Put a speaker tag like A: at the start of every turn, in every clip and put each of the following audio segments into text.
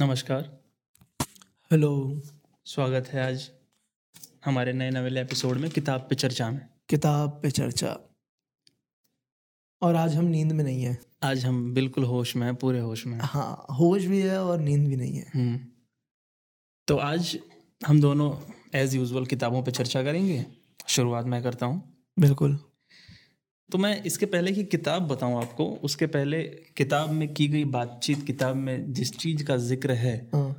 A: नमस्कार
B: हेलो
A: स्वागत है आज हमारे नए नवेले एपिसोड में किताब पे चर्चा में
B: किताब पे चर्चा और आज हम नींद में नहीं है
A: आज हम बिल्कुल होश में हैं पूरे होश में हैं।
B: हाँ होश भी है और नींद भी नहीं है
A: हम्म तो आज हम दोनों एज यूजुअल किताबों पे चर्चा करेंगे शुरुआत मैं करता हूँ
B: बिल्कुल
A: तो मैं इसके पहले कि किताब बताऊं आपको उसके पहले किताब में की गई बातचीत किताब में जिस चीज़ का जिक्र है
B: हाँ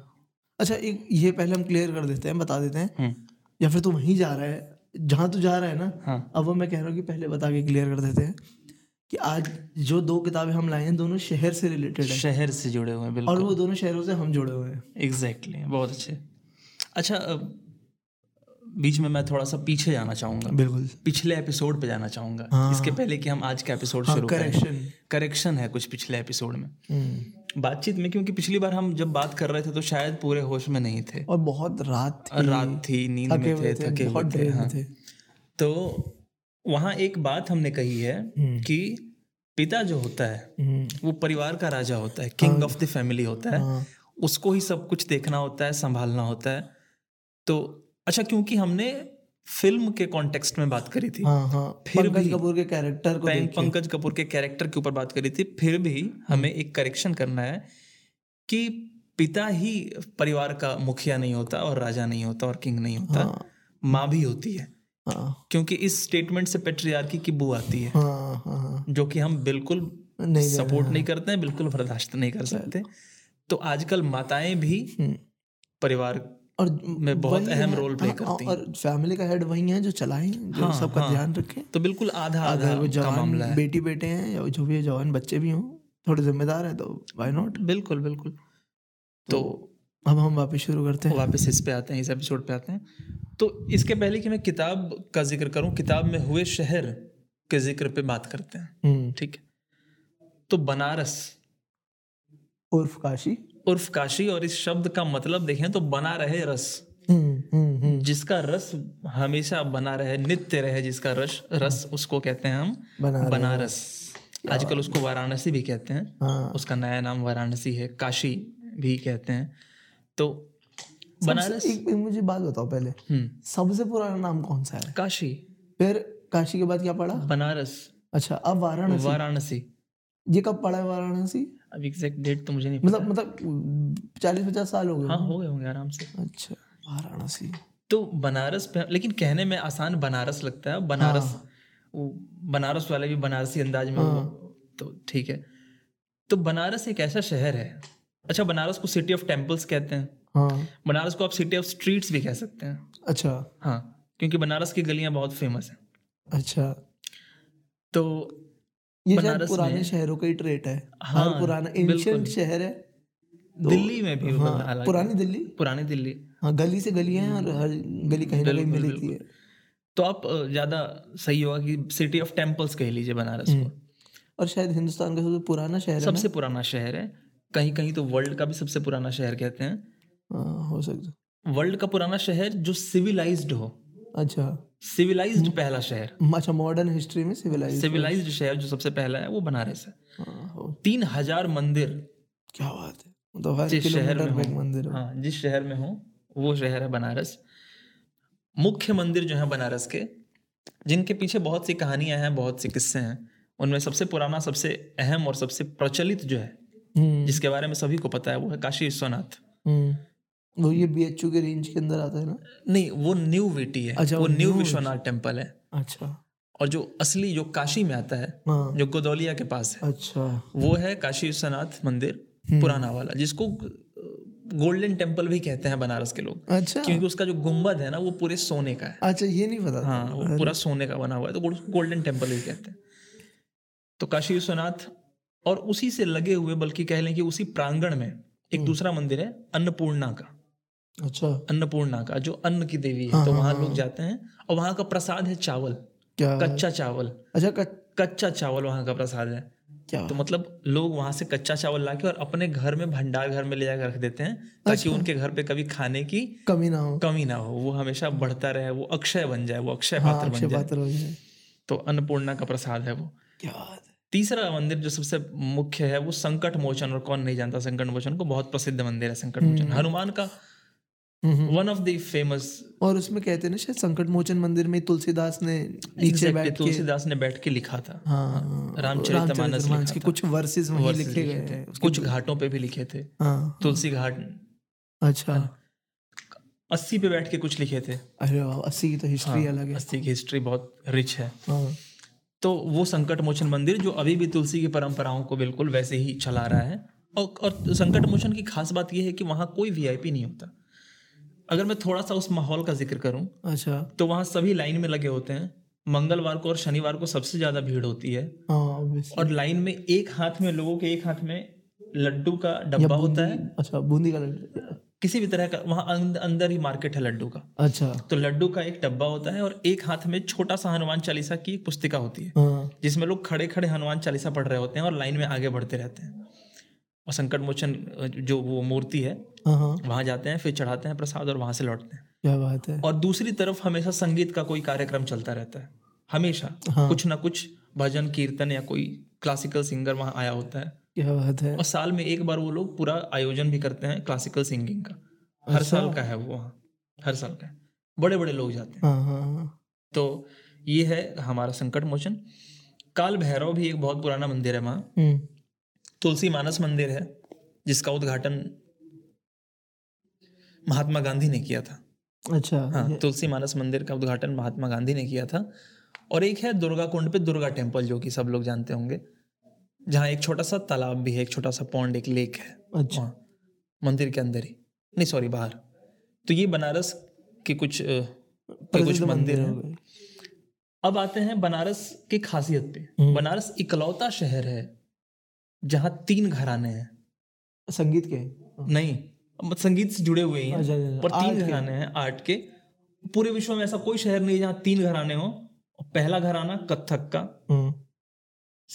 B: अच्छा एक ये पहले हम क्लियर कर देते हैं बता देते हैं
A: हम्म,
B: या फिर तू वहीं जा रहा है जहाँ तू जा रहा है ना
A: हाँ
B: अब वो मैं कह रहा हूँ कि पहले बता के क्लियर कर देते हैं कि आज जो दो किताबें हम लाए हैं दोनों शहर से रिलेटेड हैं
A: शहर से जुड़े हुए हैं
B: और
A: बिल्कुल
B: वो दोनों शहरों से हम जुड़े हुए हैं
A: एग्जैक्टली exactly, बहुत अच्छे अच्छा अ, बीच में मैं थोड़ा सा पीछे जाना चाहूँगा
B: बिल्कुल
A: पिछले एपिसोड पे जाना चाहूंगा
B: हाँ।
A: इसके पहले कि हम आज का एपिसोड
B: हाँ
A: शुरू करें
B: करेक्शन
A: करेक्शन है कुछ पिछले एपिसोड में
B: हम्म।
A: बातचीत में क्योंकि पिछली बार हम जब बात कर रहे थे तो शायद पूरे होश में नहीं थे
B: और बहुत रात थी,
A: रात थी नींद
B: हम्म। थके
A: में
B: हुए
A: थे
B: थे
A: थके हुए
B: बहुत
A: थे
B: ड्रेन में
A: हाँ।
B: थे
A: तो वहाँ एक बात हमने कही है कि पिता जो होता है
B: हम्म,
A: वो परिवार का राजा होता है किंग ऑफ द फैमिली होता है
B: हाँ
A: उसको ही सब कुछ देखना होता है संभालना होता है तो अच्छा क्योंकि हमने फिल्म के कॉन्टेक्स्ट में बात करी थी
B: हाँ हाँ
A: फिर
B: पंकज
A: भी-
B: कपूर के कैरेक्टर को
A: पं-
B: देख के हम्म।
A: पंकज कपूर के कैरेक्टर के ऊपर बात करी थी फिर भी हमें एक करेक्शन करना है कि पिता ही परिवार का मुखिया नहीं होता और राजा नहीं होता और किंग नहीं होता
B: हाँ
A: माँ भी होती है
B: हाँ
A: क्योंकि इस स्टेटमेंट से पेट्रियार्की की बू आती है
B: हाँ हाँ
A: जो कि हम बिल्कुल
B: नहीं जा-
A: सपोर्ट नहीं करते हैं बिल्कुल बर्दाश्त नहीं कर सकते तो आजकल माताएं भी
B: हम्म,
A: परिवार
B: और
A: में बहुत
B: वही
A: अहम
B: है-
A: रोल प्ले
B: हाँ,
A: करती
B: और फैमिली का हेड वही है जो चलाए जो
A: हाँ,
B: सबका
A: हाँ।
B: ध्यान रखे
A: तो बिल्कुल आधा आधा
B: अगर वो
A: का मामला है
B: जवान बेटी बेटे हैं या जो भी जवान बच्चे भी हों थोड़े जिम्मेदार है तो वाई नॉट
A: बिल्कुल बिल्कुल तो
B: अब हम वापस शुरू करते हैं
A: वापस इस पे आते हैं इस एपिसोड पे आते हैं तो इसके पहले कि मैं किताब का जिक्र करूं किताब में हुए शहर के जिक्र पे बात करते हैं
B: हम्म,
A: ठीक है तो बनारस
B: उर्फ काशी
A: उर्फ काशी और इस शब्द का मतलब देखें तो बना रहे रस
B: हम्म, हम्म, हम्म,
A: जिसका रस हमेशा बना रहे नित्य रहे जिसका रस रस उसको कहते हैं हम
B: बना
A: बनारस आजकल उसको वाराणसी भी कहते हैं
B: हाँ
A: उसका नया नाम वाराणसी है काशी भी कहते हैं तो बनारस
B: एक एक मुझे बात बताओ पहले
A: हम्म
B: सबसे पुराना नाम कौन सा है
A: काशी
B: फिर काशी के बाद क्या पड़ा
A: बनारस
B: अच्छा अब वाराणसी
A: वाराणसी
B: ये कब पड़ा है वाराणसी
A: अब एग्जैक्ट डेट तो मुझे नहीं
B: मतलब मतलब चालीस पचास साल हो गए
A: हाँ हो गए होंगे आराम से
B: अच्छा वाराणसी
A: तो बनारस पे लेकिन कहने में आसान बनारस लगता है बनारस वो बनारस वाले भी बनारसी अंदाज में वो- तो ठीक है तो बनारस एक ऐसा शहर है अच्छा बनारस को सिटी ऑफ टेम्पल्स कहते हैं
B: हाँ
A: बनारस को आप सिटी ऑफ स्ट्रीट्स भी कह सकते हैं
B: अच्छा
A: हाँ क्योंकि बनारस की गलियां बहुत फेमस हैं
B: अच्छा
A: तो
B: ये शायद
A: बनारस
B: पुराने
A: में-
B: शहरों का ही ट्रेट है
A: हाँ,
B: हर पुराना
A: बिल्कुल।
B: एंशियंट शहर है
A: दिल्ली में भी
B: हाँ,
A: हालांकि-
B: पुरानी दिल्ली
A: तो पुरानी दिल्ली
B: हाँ गली से गली है और हर गली कहीं ना कहीं
A: हम्म। बिल्कुल,
B: मिलती है
A: तो आप अ, ज्यादा सही होगा कि सिटी ऑफ टेम्पल्स कह लीजिए बनारस को
B: और शायद हिंदुस्तान का सबसे पुराना शहर है ना
A: सबसे पुराना शहर है कहीं कहीं तो वर्ल्ड का भी सबसे पुराना शहर कहते हैं
B: हाँ, हो सकता है।
A: वर्ल्ड का पुराना शहर जो सिविलाइज्ड हो
B: अच्छा
A: सिविलाइज्ड पहला शहर
B: अच्छा मॉडर्न हिस्ट्री में सिविलाइज
A: सिविलाइज्ड शहर जो सबसे पहला है वो बनारस है तीन हजार मंदिर
B: हाँ, क्या बात है मतलब हर
A: जिस शहर
B: किलोमीटर
A: में
B: में एक
A: हो।
B: मंदिर है
A: हाँ जिस शहर में हो वो शहर है बनारस मुख्य मंदिर जो है बनारस के जिनके पीछे बहुत सी कहानियां हैं बहुत से किस्से हैं उनमें सबसे पुराना सबसे अहम और सबसे प्रचलित जो है
B: हम्म,
A: जिसके बारे में सभी को पता है वो है काशी विश्वनाथ
B: हम्म। वो ये बी के रेंज के अंदर आता है ना
A: नहीं वो न्यू वीटी है
B: अच्छा,
A: वो
B: वो
A: न्यू
B: न्यू
A: विश्वनाथ टेम्पल है
B: अच्छा
A: और जो असली जो काशी में आता है
B: हाँ
A: जो गोदौलिया के पास है
B: अच्छा
A: वो है काशी विश्वनाथ मंदिर पुराना वाला जिसको गोल्डन टेम्पल भी कहते हैं बनारस के लोग
B: अच्छा
A: क्योंकि उसका जो गुम्बद है ना वो पूरे सोने का है
B: अच्छा ये नहीं पता था।
A: हाँ वो पूरा सोने का बना हुआ है तो उसको गोल्डन टेम्पल भी कहते हैं तो काशी विश्वनाथ और उसी से लगे हुए बल्कि कह लें कि उसी प्रांगण में एक दूसरा मंदिर है अन्नपूर्णा का
B: अच्छा
A: अन्नपूर्णा का जो अन्न की देवी है तो वहां लोग जाते हैं और वहां का प्रसाद है चावल
B: क्या
A: कच्चा चावल
B: अच्छा कच-
A: कच्चा चावल वहां का प्रसाद है
B: क्या
A: तो मतलब लोग वहां से कच्चा चावल लाके और अपने घर में भंडार घर में ले जाकर रख देते हैं
B: अच्छा।
A: ताकि उनके घर पे कभी खाने की
B: कमी ना हो
A: कमी ना हो वो हमेशा बढ़ता रहे वो अक्षय बन जाए वो अक्षय पात्र
B: हाँ,
A: बन
B: अक्षय
A: जाए
B: पात्र हो जाए
A: तो अन्नपूर्णा का प्रसाद है वो
B: क्या बात है
A: तीसरा मंदिर जो सबसे मुख्य है वो संकट मोचन और कौन नहीं जानता संकट मोचन को बहुत प्रसिद्ध मंदिर है संकट मोचन
B: हम्म।
A: हनुमान का वन ऑफ द फेमस
B: और उसमें कहते हैं ना शायद संकट मोचन मंदिर में तुलसीदास ने नीचे बैठ के
A: अच्छा, तुलसीदास ने बैठ के लिखा था
B: हाँ,
A: रामचरितमानस
B: रामचरितमानस
A: लिखा
B: के
A: था।
B: कुछ वर्सेस वहीं
A: verses
B: लिखे गए
A: थे।
B: हैं उसके
A: कुछ
B: दो-
A: घाटों पे भी लिखे थे
B: हाँ
A: तुलसी घाट
B: अच्छा
A: हाँ। अस्सी पे बैठ के कुछ लिखे थे
B: अरे वाह अस्सी की तो
A: हाँ,
B: हिस्ट्री अलग है
A: अस्सी की हिस्ट्री बहुत रिच है
B: हाँ,
A: तो वो संकट मोचन मंदिर जो अभी भी तुलसी की परंपराओं को बिल्कुल वैसे ही चला रहा है और, और संकट मोचन की खास बात यह है कि वहाँ कोई वीआईपी नहीं होता अगर मैं थोड़ा सा उस माहौल का जिक्र करूँ
B: अच्छा
A: तो वहाँ सभी लाइन में लगे होते हैं मंगलवार को और शनिवार को सबसे ज्यादा भीड़ होती है
B: हाँ obviously।
A: और लाइन में एक हाथ में लोगों के एक हाथ में लड्डू का डब्बा होता है
B: अच्छा बूंदी का लड्डू
A: किसी भी तरह का वहाँ अंद- अंदर ही मार्केट है लड्डू का
B: अच्छा
A: तो लड्डू का एक डब्बा होता है और एक हाथ में छोटा सा हनुमान चालीसा की एक पुस्तिका होती है
B: हाँ
A: जिसमें लोग खड़े खड़े हनुमान चालीसा पढ़ रहे होते हैं और लाइन में आगे बढ़ते रहते हैं और संकट मोचन अ, जो वो मूर्ति है
B: हाँ, हाँ
A: वहाँ जाते हैं फिर चढ़ाते हैं प्रसाद और वहाँ से लौटते हैं
B: क्या बात है
A: और दूसरी तरफ हमेशा संगीत का कोई कार्यक्रम चलता रहता है हमेशा
B: हाँ।
A: कुछ ना कुछ भजन कीर्तन या कोई क्लासिकल सिंगर वहाँ आया होता है
B: क्या बात है
A: और साल में एक बार वो लोग पूरा आयोजन भी करते हैं क्लासिकल सिंगिंग का हर साल का है वो वहाँ हर साल का है बड़े बड़े लोग जाते हैं
B: हाँ हाँ हाँ।
A: तो ये है हमारा संकट मोचन काल भैरव भी एक बहुत पुराना मंदिर है वहाँ
B: हम्म,
A: तुलसी मानस मंदिर है जिसका उद्घाटन महात्मा गांधी ने किया था
B: अच्छा
A: हाँ
B: ये-
A: तुलसी मानस मंदिर का उद्घाटन महात्मा गांधी ने किया था और एक है दुर्गा कुंड पे दुर्गा टेम्पल जो कि सब लोग जानते होंगे जहाँ एक छोटा सा तालाब भी है एक छोटा सा पौंड एक लेक है
B: अच्छा
A: वहाँ मंदिर के अंदर ही नहीं सॉरी बाहर तो ये बनारस के कुछ अ, के कुछ
B: प्रसिद्ध
A: मंदिर
B: हो
A: हैं
B: गए।
A: अब आते हैं बनारस की खासियत पे
B: हम्म।
A: बनारस इकलौता शहर है जहाँ तीन घराने हैं
B: संगीत के हाँ,
A: नहीं मत- संगीत से जुड़े हुए ही हैं
B: अच्छा, अच्छा,
A: पर तीन
B: आर्ट के।
A: घराने हैं आर्ट के पूरे विश्व में ऐसा कोई शहर नहीं है जहाँ तीन घराने हो और पहला घराना कथक का
B: हम्म,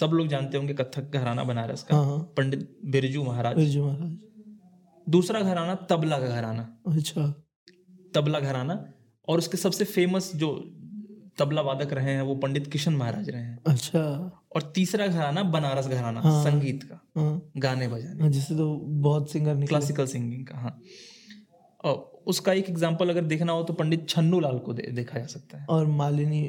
A: सब लोग जानते होंगे कथक घराना बनारस का
B: हाँ हाँ
A: पंडित बिरजू महाराज
B: बिरजू महाराज
A: दूसरा घराना तबला का घराना
B: अच्छा
A: तबला घराना और उसके सबसे फेमस जो तबला वादक रहे हैं वो पंडित किशन महाराज रहे हैं
B: अच्छा
A: और तीसरा घराना बनारस घराना
B: हाँ।
A: संगीत का
B: हाँ
A: गाने बजाने
B: हाँ, जिससे तो बहुत सिंगर निकले
A: क्लासिकल सिंगिंग का हाँ और उसका एक एग्जांपल अगर देखना हो तो पंडित छन्नू लाल को दे, देखा जा सकता है
B: और मालिनी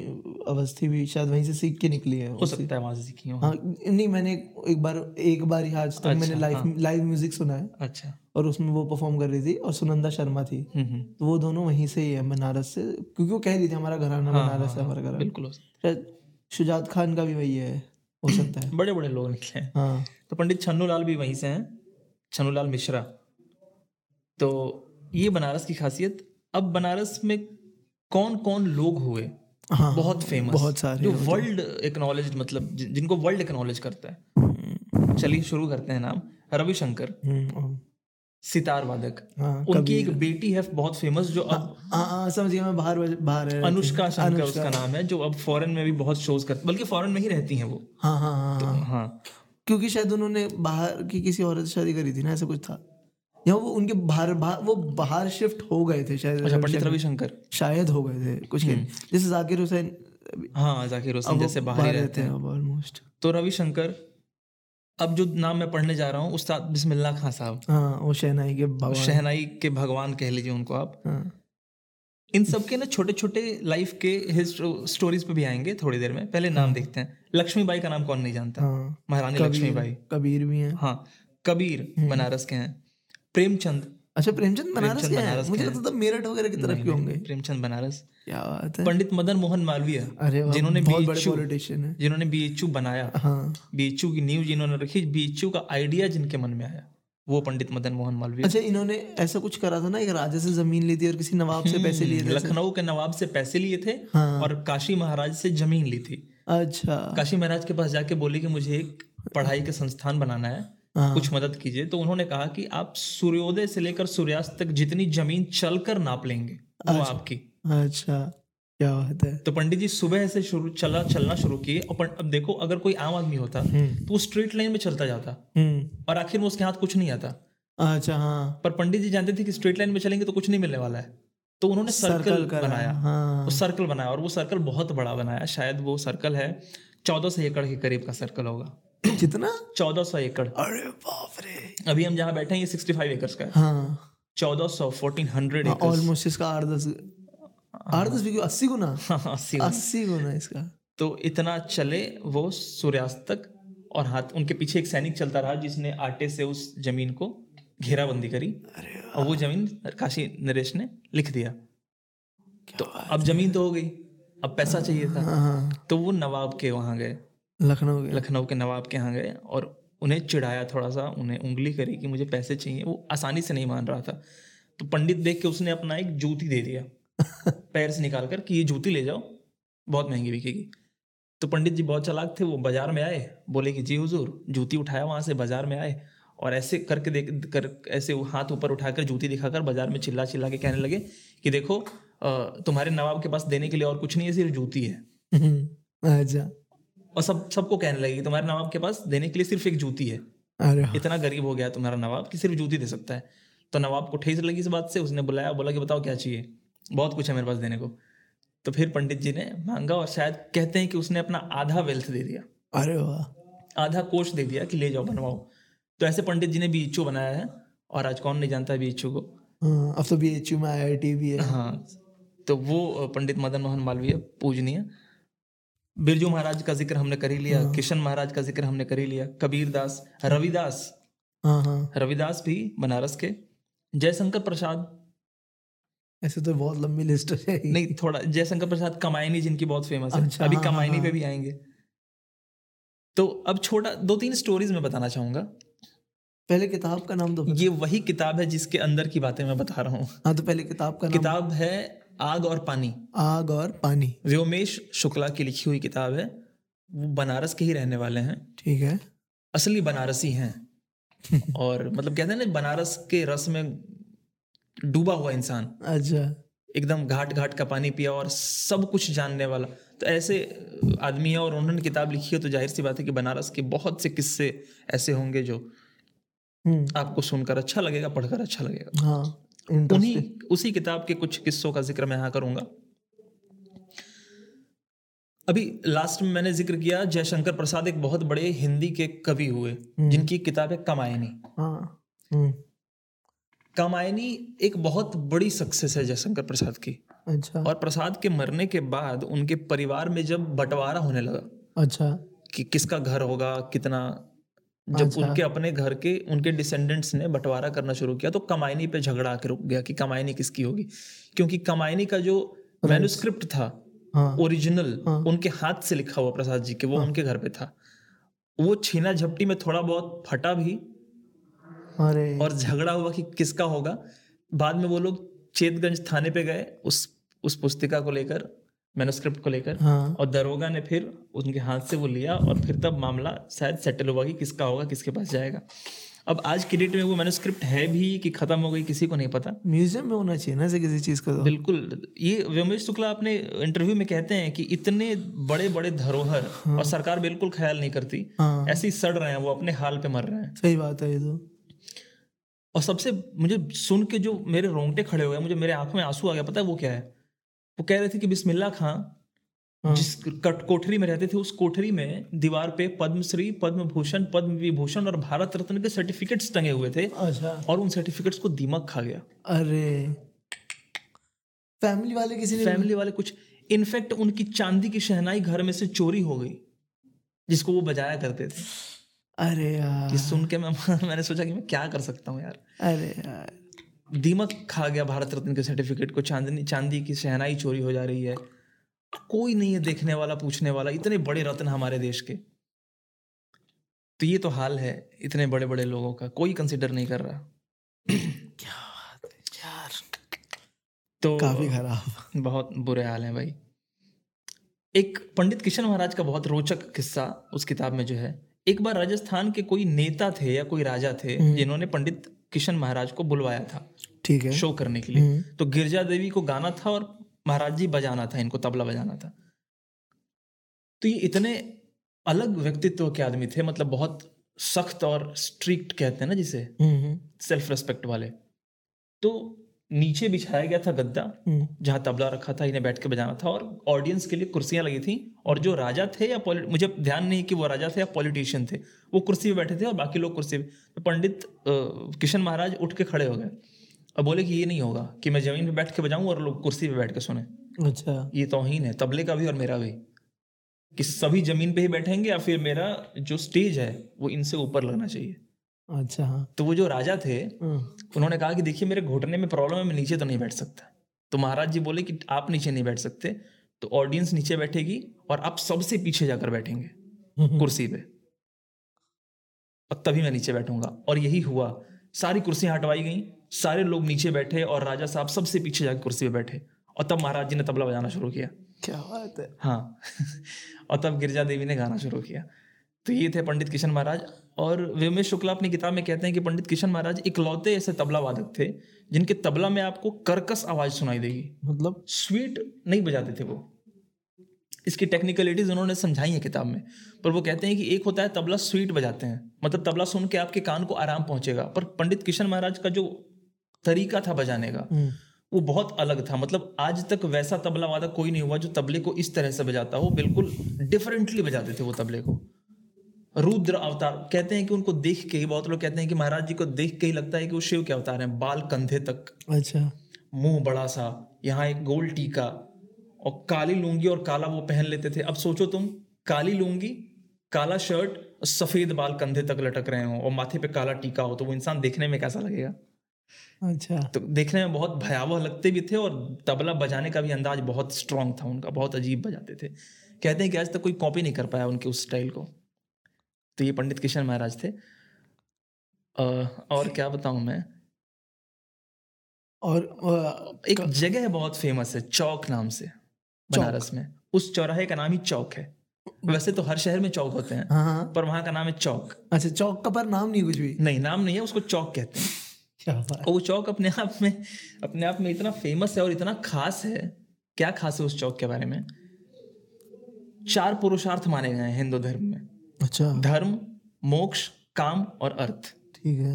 B: अवस्थी भी शायद वहीं से सीख के निकली है
A: हो सकता है वहां से सीखी हो
B: हाँ नहीं मैंने एक बार एक बार ही आज तक मैंने लाइव
A: हाँ।
B: लाइव म्यूजिक सुना है
A: अच्छा
B: और उसमें वो परफॉर्म कर रही थी और सुनंदा शर्मा थी
A: हम्म, हम्म,
B: तो वो दोनों वहीं से ही है बनारस से क्योंकि वो कह रही थी हमारा घराना बनारस है हमारा घराना
A: हाँ, बिल्कुल हो सकता
B: शायद शुजात खान का भी वही है हो सकता है
A: है बड़े बड़े लोग निकले हैं
B: हाँ
A: तो पंडित छन्नू लाल भी वहीं से हैं छन्नू लाल मिश्रा तो ये बनारस की खासियत अब बनारस में कौन कौन लोग हुए
B: हाँ
A: बहुत फेमस
B: बहुत सारे तो।
A: जो वर्ल्ड एक्नॉलेज मतलब जिन- जिनको वर्ल्ड एक्नॉलेज करता है चलिए शुरू करते हैं नाम रविशंकर
B: हम्म,
A: सितार वादक
B: हाँ
A: उनकी एक बेटी है बहुत फेमस जो अब
B: हाँ, हाँ समझ गया मैं बाहर बाहर रह रही थी।
A: अनुष्का शंकर उसका नाम है जो अब फॉरेन में भी बहुत शोज करती बल्कि फॉरेन में ही रहती हैं वो
B: हाँ हाँ हाँ हाँ
A: हाँ
B: क्योंकि शायद उन्होंने बाहर की किसी औरत से शादी करी थी ना ऐसा कुछ था या वो उनके बाहर बाहर वो बाहर शिफ्ट हो गए थे शायद
A: अच्छा हम्म। पंडित रविशंकर
B: शायद हो गए थे कुछ कह- जैसे जाकिर हुसैन अभी
A: हाँ जाकिर हुसैन जैसे बाहर ही
B: बाहर
A: रहते
B: रहते
A: हैं
B: हैं ऑलमोस्ट
A: तो रविशंकर अब जो नाम मैं पढ़ने जा रहा हूँ उस्ताद बिस्मिल्लाह खां साहब
B: हाँ वो शहनाई के
A: अच्छा।
B: बाबा
A: शहनाई के भगवान कह लीजिए उनको आप
B: हाँ
A: इन सब के ना छोटे छोटे लाइफ के हिस्ट्रो- स्टोरीज पे भी आएंगे थोड़ी देर में पहले नाम देखते हैं लक्ष्मीबाई का नाम कौन नहीं जानता
B: हाँ
A: महारानी लक्ष्मीबाई
B: कबीर भी हैं
A: हाँ कबीर बनारस के हैं प्रेमचंद
B: अच्छा प्रेमचंद बनारस
A: प्रेमचंद
B: के हैं
A: बनारस
B: मुझे
A: के
B: लगता था मेरठ वगैरह की तरफ के होंगे हाँ।
A: प्रेमचंद बनारस
B: क्या बात है
A: पंडित मदन मोहन मालवीय
B: अरे वाह,
A: जिन्होंने
B: बहुत बड़े
A: BHU
B: पॉलिटिशियन है
A: जिन्होंने बीएचयू बनाया
B: हाँ
A: बीएचयू की न्यूज जिन्होंने रखी बीएचयू का आइडिया जिनके मन में आया वो पंडित मदन मोहन मालवीय
B: अच्छा इन्होंने ऐसा कुछ करा था ना एक राजा से जमीन ली थी और किसी नवाब से पैसे लिए थे
A: हम्म, लखनऊ के नवाब से पैसे लिए थे
B: अच्छा, हाँ।
A: और काशी महाराज से जमीन ली थी
B: अच्छा
A: काशी महाराज के पास जाके बोले कि मुझे एक पढ़ाई का संस्थान बनाना है
B: हाँ।
A: कुछ मदद कीजिए तो उन्होंने कहा कि आप सूर्योदय से लेकर सूर्यास्त तक जितनी जमीन चलकर नाप लेंगे वो आपकी
B: अच्छा क्या बात है
A: तो पंडित जी सुबह से शुरू चला चलना शुरू किए और पं- अब देखो अगर कोई आम आदमी होता
B: हम्म।
A: तो वो स्ट्रीट लाइन में चलता जाता
B: हम्म
A: और आखिर में उसके हाथ कुछ नहीं आता
B: अच्छा हाँ
A: पर पंडित जी जानते थे कि स्ट्रेट लाइन में चलेंगे तो कुछ नहीं मिलने वाला है तो उन्होंने सर्कल
B: सर्कल का
A: बनाया
B: हाँ
A: उस सर्कल बनाया और वो सर्कल बहुत बड़ा बनाया शायद वो सर्कल है चौदह सौ एकड़ के करीब का सर्कल होगा
B: कितना
A: चौदह सौ एकड़
B: अरे बाप रे
A: अभी हम जहाँ बैठे हैं ये सिक्सटी फाइव एकर्स का है
B: हाँ
A: चौदह सौ फोर्टीन हंड्रेड
B: ऑलमोस्ट इसका आठ दस आठ दस भी क्यों, अस्सी गुना
A: अस्सी
B: अस्सी गुना इसका
A: हाँ, तो इतना चले वो सूर्यास्त तक और हाथ उनके पीछे एक सैनिक चलता रहा जिसने आटे से उस जमीन को घेराबंदी करी
B: अरे
A: और वो जमीन काशी नरेश ने लिख दिया
B: क्या
A: तो
B: बात।
A: अब जमीन तो हो गई अब पैसा चाहिए था
B: हाँ, हाँ,
A: तो वो नवाब के वहाँ गए
B: लखनऊ के
A: लखनऊ के नवाब के यहाँ गए और उन्हें चिढ़ाया थोड़ा सा उन्हें उंगली करी कि मुझे पैसे चाहिए वो आसानी से नहीं मान रहा था तो पंडित देख के उसने अपना एक जूती दे दिया पैर से निकाल कर कि ये जूती ले जाओ बहुत महंगी बिकेगी तो पंडित जी बहुत चालाक थे वो बाजार में आए बोले कि जी हुजूर जूती उठाया वहाँ से बाजार में आए और ऐसे करके देख कर ऐसे वो हाथ ऊपर उठाकर जूती दिखाकर बाजार में चिल्ला चिल्ला के कहने लगे कि देखो अ, तुम्हारे नवाब के पास देने के लिए और कुछ नहीं है सिर्फ जूती है
B: हम्म, अच्छा
A: और सब सबको कहने लगे कि तुम्हारे नवाब के पास देने के लिए सिर्फ एक जूती है
B: अरे हाँ,
A: इतना गरीब हो गया तुम्हारा नवाब कि सिर्फ जूती दे सकता है तो नवाब को ठेस लगी इस बात से उसने बुलाया बोला कि बताओ क्या चाहिए बहुत कुछ है मेरे पास देने को तो फिर पंडित जी ने मांगा और शायद कहते हैं कि उसने अपना आधा वेल्थ दे दिया
B: अरे वाह
A: आधा कोष दे दिया कि ले जाओ बनवाओ तो ऐसे पंडित जी ने भी इच्छू बनाया है और आज कौन नहीं जानता भी इच्छू को
B: हाँ, अब तो बी एच यू में आई आई टी भी है
A: हाँ तो वो अ, पंडित मदन मोहन मालवीय पूजनीय बिरजू महाराज का जिक्र हमने कर ही लिया
B: हाँ।
A: किशन महाराज का जिक्र हमने कर ही लिया कबीर दास रविदास
B: हाँ हाँ
A: रविदास भी बनारस के जयशंकर प्रसाद
B: ऐसे तो बहुत लंबी लिस्ट है ही।
A: नहीं थोड़ा जयशंकर प्रसाद कमायनी जिनकी बहुत फेमस है
B: अच्छा,
A: अभी
B: हाँ, हाँ,
A: कमायनी पे
B: हाँ।
A: भी आएंगे तो अब छोटा दो तीन स्टोरीज मैं बताना चाहूंगा
B: पहले किताब का नाम तो
A: ये वही किताब है जिसके अंदर की बातें मैं बता रहा हूँ
B: हाँ तो पहले किताब का नाम
A: किताब है आग और पानी
B: आग और पानी
A: व्योमेश शुक्ला की लिखी हुई किताब है वो बनारस के ही रहने वाले हैं
B: ठीक है
A: असली बनारसी हैं और मतलब कहते हैं ना बनारस के रस में डूबा हुआ इंसान
B: अच्छा
A: एकदम घाट घाट का पानी पिया और सब कुछ जानने वाला तो ऐसे आदमी है और उन्होंने किताब लिखी है तो जाहिर सी बात है कि बनारस के बहुत से किस्से ऐसे होंगे जो
B: हम्म,
A: आपको सुनकर अच्छा लगेगा पढ़कर अच्छा लगेगा
B: हाँ
A: उन्हीं
B: इंटरेस्टिंग
A: उसी किताब के कुछ किस्सों का जिक्र मैं यहाँ करूंगा अभी लास्ट में मैंने जिक्र किया जयशंकर प्रसाद एक बहुत बड़े हिंदी के कवि हुए जिनकी किताब है कमायनी
B: हाँ हम्म,
A: कमायनी एक बहुत बड़ी सक्सेस है जयशंकर प्रसाद की
B: अच्छा
A: और प्रसाद के मरने के बाद उनके परिवार में जब बंटवारा होने लगा
B: अच्छा
A: कि किसका घर होगा कितना जब उनके अपने घर के उनके डिसेंडेंट्स ने बंटवारा करना शुरू किया तो कमायनी पे झगड़ा आके रुक गया कि कमायनी किसकी होगी क्योंकि कमायनी का जो मैन्युस्क्रिप्ट था
B: हाँ
A: ओरिजिनल
B: हाँ।
A: उनके हाथ से लिखा हुआ प्रसाद जी के वो उनके घर पे था वो छीना झपटी में थोड़ा बहुत फटा भी
B: अरे
A: और झगड़ा हुआ कि किसका होगा बाद में वो लोग चेतगंज थाने पे गए उस उस पुस्तिका को लेकर मैनुस्क्रिप्ट को लेकर
B: हाँ
A: और दरोगा ने फिर उनके हाथ से वो लिया और फिर तब मामला शायद सेटल हुआ कि किसका होगा किसके पास जाएगा अब आज की डेट में वो मैनुस्क्रिप्ट है भी कि खत्म हो गई किसी को नहीं पता
B: म्यूजियम में होना चाहिए ना ऐसे किसी चीज का तो
A: बिल्कुल ये व्योमेश शुक्ला अपने इंटरव्यू में कहते हैं कि इतने बड़े बड़े धरोहर और सरकार बिल्कुल ख्याल नहीं करती
B: हाँ
A: ऐसे ही सड़ रहे हैं वो अपने हाल पे मर रहे हैं
B: सही बात है ये तो
A: और सबसे मुझे सुन के जो मेरे रोंगटे खड़े हो गए मुझे मेरे आंखों में आंसू आ गया पता है वो क्या है वो कह रहे थे कि बिस्मिल्ला खां
B: हाँ।
A: जिस कट कोठरी में रहते थे उस कोठरी में दीवार पे पद्मश्री पद्म भूषण पद्म विभूषण और भारत रत्न के सर्टिफिकेट्स टंगे हुए थे
B: अच्छा
A: और उन सर्टिफिकेट्स को दीमक खा गया
B: अरे फैमिली वाले किसी ने
A: फैमिली वाले कुछ इनफैक्ट उनकी चांदी की शहनाई घर में से चोरी हो गई जिसको वो बजाया करते थे
B: अरे यार
A: ये सुन के मैं मैंने सोचा कि मैं क्या कर सकता हूँ यार
B: अरे यार
A: दीमक खा गया भारत रत्न के सर्टिफिकेट को चांदनी चांदी की शहनाई चोरी हो जा रही है कोई नहीं है देखने वाला पूछने वाला इतने बड़े रत्न हमारे देश के तो ये तो हाल है इतने बड़े बड़े लोगों का कोई कंसिडर नहीं कर रहा
B: क्या बात है यार
A: तो
B: काफी खराब
A: बहुत बुरे हाल हैं भाई एक पंडित किशन महाराज का बहुत रोचक किस्सा उस किताब में जो है एक बार राजस्थान के कोई नेता थे या कोई राजा थे जिन्होंने पंडित किशन महाराज को बुलवाया था
B: ठीक है हम्म,
A: शो करने के लिए तो गिरजा देवी को गाना था और महाराज जी बजाना था इनको तबला बजाना था तो ये इतने अलग व्यक्तित्व के आदमी थे मतलब बहुत सख्त और स्ट्रिक्ट कहते हैं ना जिसे
B: हम्म,
A: सेल्फ रिस्पेक्ट वाले तो नीचे बिछाया गया था गद्दा
B: हम्म,
A: जहाँ तबला रखा था इन्हें बैठ के बजाना था और ऑडियंस के लिए कुर्सियाँ लगी थी और जो राजा थे या पॉलि मुझे ध्यान नहीं कि वो राजा थे या पॉलिटिशियन थे वो कुर्सी पे बैठे थे और बाकी लोग कुर्सी पे तो पंडित अ, किशन महाराज उठ के खड़े हो गए और बोले कि ये नहीं होगा कि मैं जमीन पे बैठ के बजाऊं और लोग कुर्सी पे बैठ के सुने
B: अच्छा
A: ये तोहीन है तबले का भी और मेरा भी कि सभी जमीन पे ही बैठेंगे या फिर मेरा जो स्टेज है वो इनसे ऊपर लगना चाहिए
B: अच्छा हाँ
A: तो वो जो राजा थे
B: हम्म,
A: उन्होंने कहा कि देखिए मेरे घुटने में प्रॉब्लम है मैं नीचे तो नहीं बैठ सकता तो महाराज जी बोले कि आप नीचे नहीं बैठ सकते तो ऑडियंस नीचे बैठेगी और आप सबसे पीछे जाकर बैठेंगे
B: हम्म,
A: कुर्सी पे और तभी मैं नीचे बैठूंगा और यही हुआ सारी कुर्सियां हटवाई गई सारे लोग नीचे बैठे और राजा साहब सबसे पीछे जाकर कुर्सी पे बैठे और तब महाराज जी ने तबला बजाना शुरू किया
B: क्या बात है
A: हाँ और तब गिरजा देवी ने गाना शुरू किया तो ये थे पंडित किशन महाराज और व्योमेश शुक्ला अपनी किताब में कहते हैं कि पंडित किशन महाराज इकलौते ऐसे तबला वादक थे जिनके तबला में आपको कर्कश आवाज सुनाई देगी
B: मतलब
A: स्वीट नहीं बजाते थे वो इसकी टेक्निकलिटीज उन्होंने समझाई है किताब में पर वो कहते हैं कि एक होता है तबला स्वीट बजाते हैं मतलब तबला सुन के आपके कान को आराम पहुंचेगा पर पंडित किशन महाराज का जो तरीका था बजाने का
B: हम्म,
A: वो बहुत अलग था मतलब आज तक वैसा तबला वादक कोई नहीं हुआ जो तबले को इस तरह से बजाता हो बिल्कुल डिफरेंटली बजाते थे वो तबले को रुद्र अवतार कहते हैं कि उनको देख के ही बहुत लोग कहते हैं कि महाराज जी को देख के ही लगता है कि वो शिव के अवतार हैं बाल कंधे तक
B: अच्छा
A: मुंह बड़ा सा यहाँ एक गोल टीका और काली लुंगी और काला वो पहन लेते थे अब सोचो तुम काली लुंगी काला शर्ट और सफेद बाल कंधे तक लटक रहे हो और माथे पे काला टीका हो तो वो इंसान देखने में कैसा लगेगा
B: अच्छा
A: तो देखने में बहुत भयावह लगते भी थे और तबला बजाने का भी अंदाज बहुत स्ट्रांग था उनका बहुत अजीब बजाते थे कहते हैं कि आज तक कोई कॉपी नहीं कर पाया उनके उस स्टाइल को तो ये पंडित किशन महाराज थे अ, और क्या बताऊं मैं
B: और अ,
A: एक जगह बहुत फेमस है चौक नाम से बनारस में उस चौराहे का नाम ही चौक है वैसे तो हर शहर में चौक होते हैं
B: हाँ हाँ
A: पर वहाँ का नाम है चौक
B: अच्छा चौक का पर नाम नहीं कुछ भी
A: नहीं नाम नहीं है उसको चौक कहते हैं
B: क्या बात
A: और वो चौक अपने आप में अपने आप में इतना फेमस है और इतना खास है क्या खास है उस चौक के बारे में चार पुरुषार्थ माने गए हैं हिंदू धर्म में
B: अच्छा
A: धर्म मोक्ष काम और अर्थ
B: ठीक है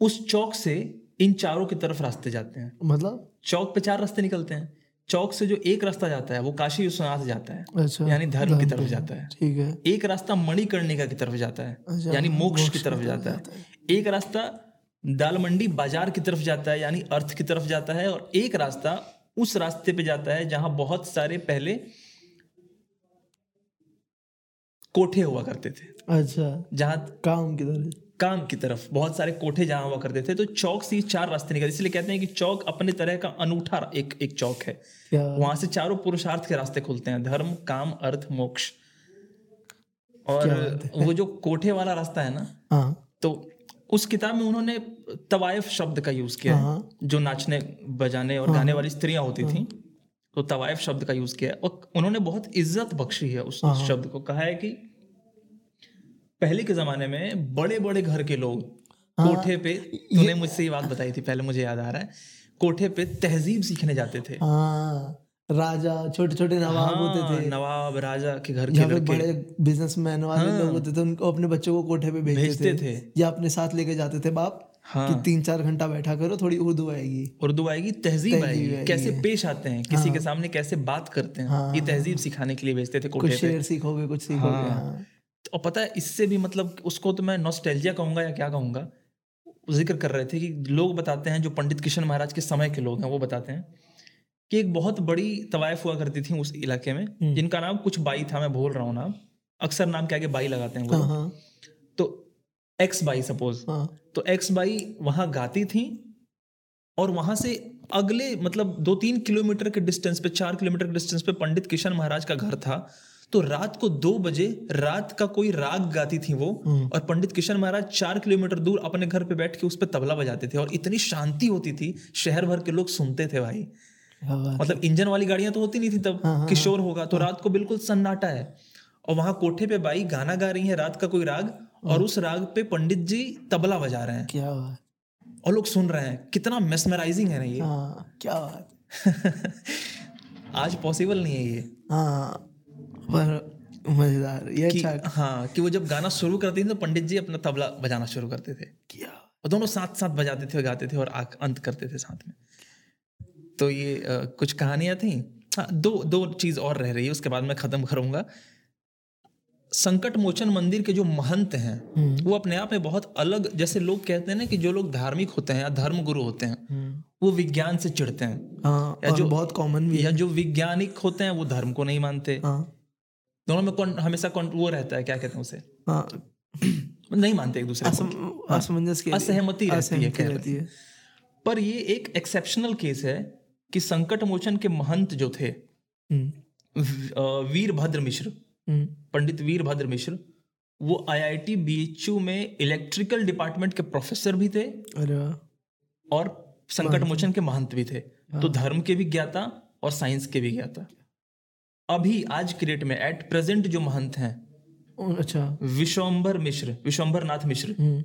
A: उस चौक से इन चारों की तरफ रास्ते जाते हैं
B: मतलब
A: चौक पे चार रास्ते निकलते हैं चौक से जो एक रास्ता जाता है वो काशी विश्वनाथ जाता है
B: अच्छा
A: यानी धर्म की तरफ जाता है
B: ठीक है
A: एक रास्ता मणिकर्णिका की तरफ जाता है
B: अच्छा,
A: यानी मोक्ष की
B: मोक्ष
A: तरफ जाता है एक रास्ता दाल मंडी बाजार की तरफ जाता है यानी अर्थ की तरफ जाता है और एक रास्ता उस रास्ते पे जाता है जहां बहुत सारे पहले कोठे हुआ करते थे
B: अच्छा
A: जहां
B: काम की तरह
A: काम की तरफ बहुत सारे कोठे जहां हुआ करते थे तो चौक से ये चार रास्ते निकलते इसलिए कहते हैं कि चौक अपने तरह का अनूठा एक एक चौक है
B: क्या
A: वहां से चारों पुरुषार्थ के रास्ते खुलते हैं धर्म काम अर्थ मोक्ष और
B: क्या बात
A: वो जो कोठे वाला रास्ता है ना
B: हाँ
A: तो उस किताब में उन्होंने तवायफ शब्द का यूज किया है
B: हाँ।
A: जो नाचने बजाने और गाने वाली स्त्रियां होती थी तो तवायफ शब्द का यूज किया है और उन्होंने बहुत इज्जत बख्शी है उस
B: हाँ।
A: उस शब्द को कहा है कि पहले के जमाने में बड़े बड़े घर के लोग
B: हाँ।
A: कोठे पे तूने मुझसे ये बात बताई थी पहले मुझे याद आ रहा है कोठे पे तहजीब सीखने जाते थे
B: हाँ राजा छोटे छोटे नवाब होते
A: हाँ, नवाब राजा के घर के
B: जहाँ पे
A: लड़के हाँ।
B: बड़े बिजनेसमैन वाले लोग होते थे उनको अपने बच्चों को कोठे पे भेजते
A: भेजते
B: थे
A: थे
B: या अपने साथ लेके जाते थे बाप
A: हाँ
B: कि तीन चार घंटा बैठा करो थोड़ी उर्दू आएगी
A: उर्दू आएगी तहजीब आएगी
B: आएगी, हाँ।
A: कैसे पेश आते हैं किसी के सामने कैसे बात करते हैं ये तहजीब सिखाने के लिए भेजते थे
B: कुछ
A: कोठे पे
B: शेर सीखोगे कुछ सीखोगे हाँ।
A: तो- और पता है इससे भी मतलब उसको तो मैं नॉस्टैल्जिया कहूंगा या क्या कहूंगा जिक्र कर रहे थे कि लोग बताते हैं जो पंडित किशन महाराज के समय के लोग हैं वो बताते हैं कि एक बहुत बड़ी तवायफ हुआ करती थी उस इलाके
B: हम्म।
A: में जिनका नाम कुछ बाई था मैं भूल रहा हूँ नाम अक्सर नाम के आगे बाई लगाते हैं वो
B: हाँ
A: लोग।
B: हाँ
A: तो एक्स बाई सपोज
B: हाँ
A: तो एक्स बाई वहां गाती थी और वहां से अगले मतलब दो तीन किलोमीटर के डिस्टेंस पे चार किलोमीटर के डिस्टेंस पे पंडित किशन महाराज का घर था तो रात को दो बजे रात का कोई राग गाती थी वो
B: हम्म,
A: और पंडित किशन महाराज चार किलोमीटर दूर अपने घर पे बैठ के उस पर तबला बजाते थे और इतनी शांति होती थी शहर भर के लोग सुनते थे भाई
B: क्या बात
A: मतलब इंजन वाली गाड़ियां तो होती नहीं थी तब किशोर होगा तो रात को बिल्कुल सन्नाटा है और वहां कोठे पे बाई गाना गा रही है रात का कोई राग और उस राग पे पंडित जी तबला बजा रहे हैं
B: क्या बात
A: और लोग सुन रहे हैं कितना मेस्मराइजिंग है ना ये
B: हाँ क्या बात
A: आज पॉसिबल नहीं है ये
B: हाँ पर मजेदार ये अच्छा
A: हाँ कि वो जब गाना शुरू करती थी तो पंडित जी अपना तबला बजाना शुरू करते थे
B: किया
A: और दोनों साथ साथ बजाते थे और गाते थे और आक- अंत करते थे साथ में तो ये अ, कुछ कहानियां थी हाँ दो दो चीज और रह रही है उसके बाद मैं खत्म करूंगा संकट मोचन मंदिर के जो महंत हैं
B: हम्म।
A: वो अपने आप में बहुत अलग जैसे लोग कहते हैं ना कि जो लोग धार्मिक होते हैं या धर्म गुरु होते हैं
B: हम्म।
A: वो विज्ञान से चिढ़ते हैं
B: हाँ
A: या
B: और
A: जो-
B: बहुत कॉमन भी है
A: या जो वैज्ञानिक होते हैं वो धर्म को नहीं मानते
B: हाँ
A: दोनों में कौन हमेशा कौन वो रहता है क्या कहते हैं उसे
B: हाँ
A: नहीं मानते एक दूसरे को
B: असम असमंजस के
A: असहमति रहती है
B: हाँ। असहमति
A: खैर।
B: रहती है
A: पर ये एक एक्सेप्शनल केस है कि संकट मोचन के महंत जो थे
B: हम्म,
A: वी- अ, वीरभद्र मिश्र
B: हम्म,
A: पंडित वीरभद्र मिश्र वो आईआईटी बीएचयू में इलेक्ट्रिकल डिपार्टमेंट के प्रोफेसर भी थे
B: अरे वाह
A: और संकट मोचन के महंत भी थे
B: हाँ।
A: तो धर्म के भी ज्ञाता और साइंस के भी ज्ञाता अभी आज की डेट में एट प्रेजेंट जो महंत हैं
B: उन- अच्छा
A: विश्वम्भर मिश्र विश्वम्भर नाथ मिश्र
B: हम्म,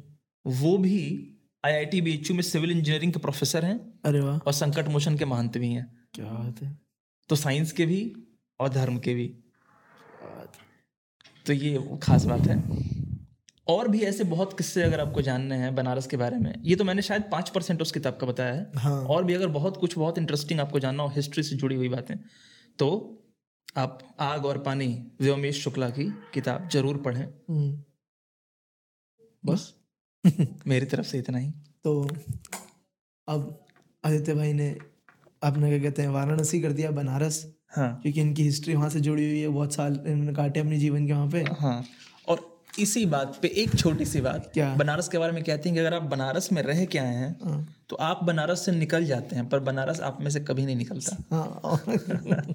A: वो भी आईआईटी बीएचयू में सिविल इंजीनियरिंग के प्रोफेसर हैं
B: अरे वाह
A: और संकट मोचन के महंत भी हैं
B: क्या बात है
A: तो साइंस के भी और धर्म के भी
B: क्या बात है।
A: तो ये वो खास बात है और भी ऐसे बहुत किस्से अगर आपको जानने हैं बनारस के बारे में ये तो मैंने शायद पाँच परसेंट उस किताब का बताया है
B: हाँ
A: और भी अगर बहुत कुछ बहुत इंटरेस्टिंग आपको जानना हो हिस्ट्री से जुड़ी हुई बातें तो आप आग और पानी व्योमेश शुक्ला की किताब जरूर पढ़ें
B: हम्म,
A: बस मेरी तरफ से इतना ही
B: तो अब आदित्य भाई ने आपने क्या कहते हैं वाराणसी कर दिया बनारस
A: हाँ
B: क्योंकि इनकी हिस्ट्री वहाँ से जुड़ी हुई है बहुत साल इन्होंने काटे अपने जीवन के वहाँ पे
A: हाँ और इसी बात पे एक छोटी सी बात
B: क्या?
A: बनारस के बारे में कहते हैं कि अगर आप बनारस में रह के आए हैं
B: हाँ
A: तो आप बनारस से निकल जाते हैं पर बनारस आप में से कभी नहीं निकलता
B: हाँ और-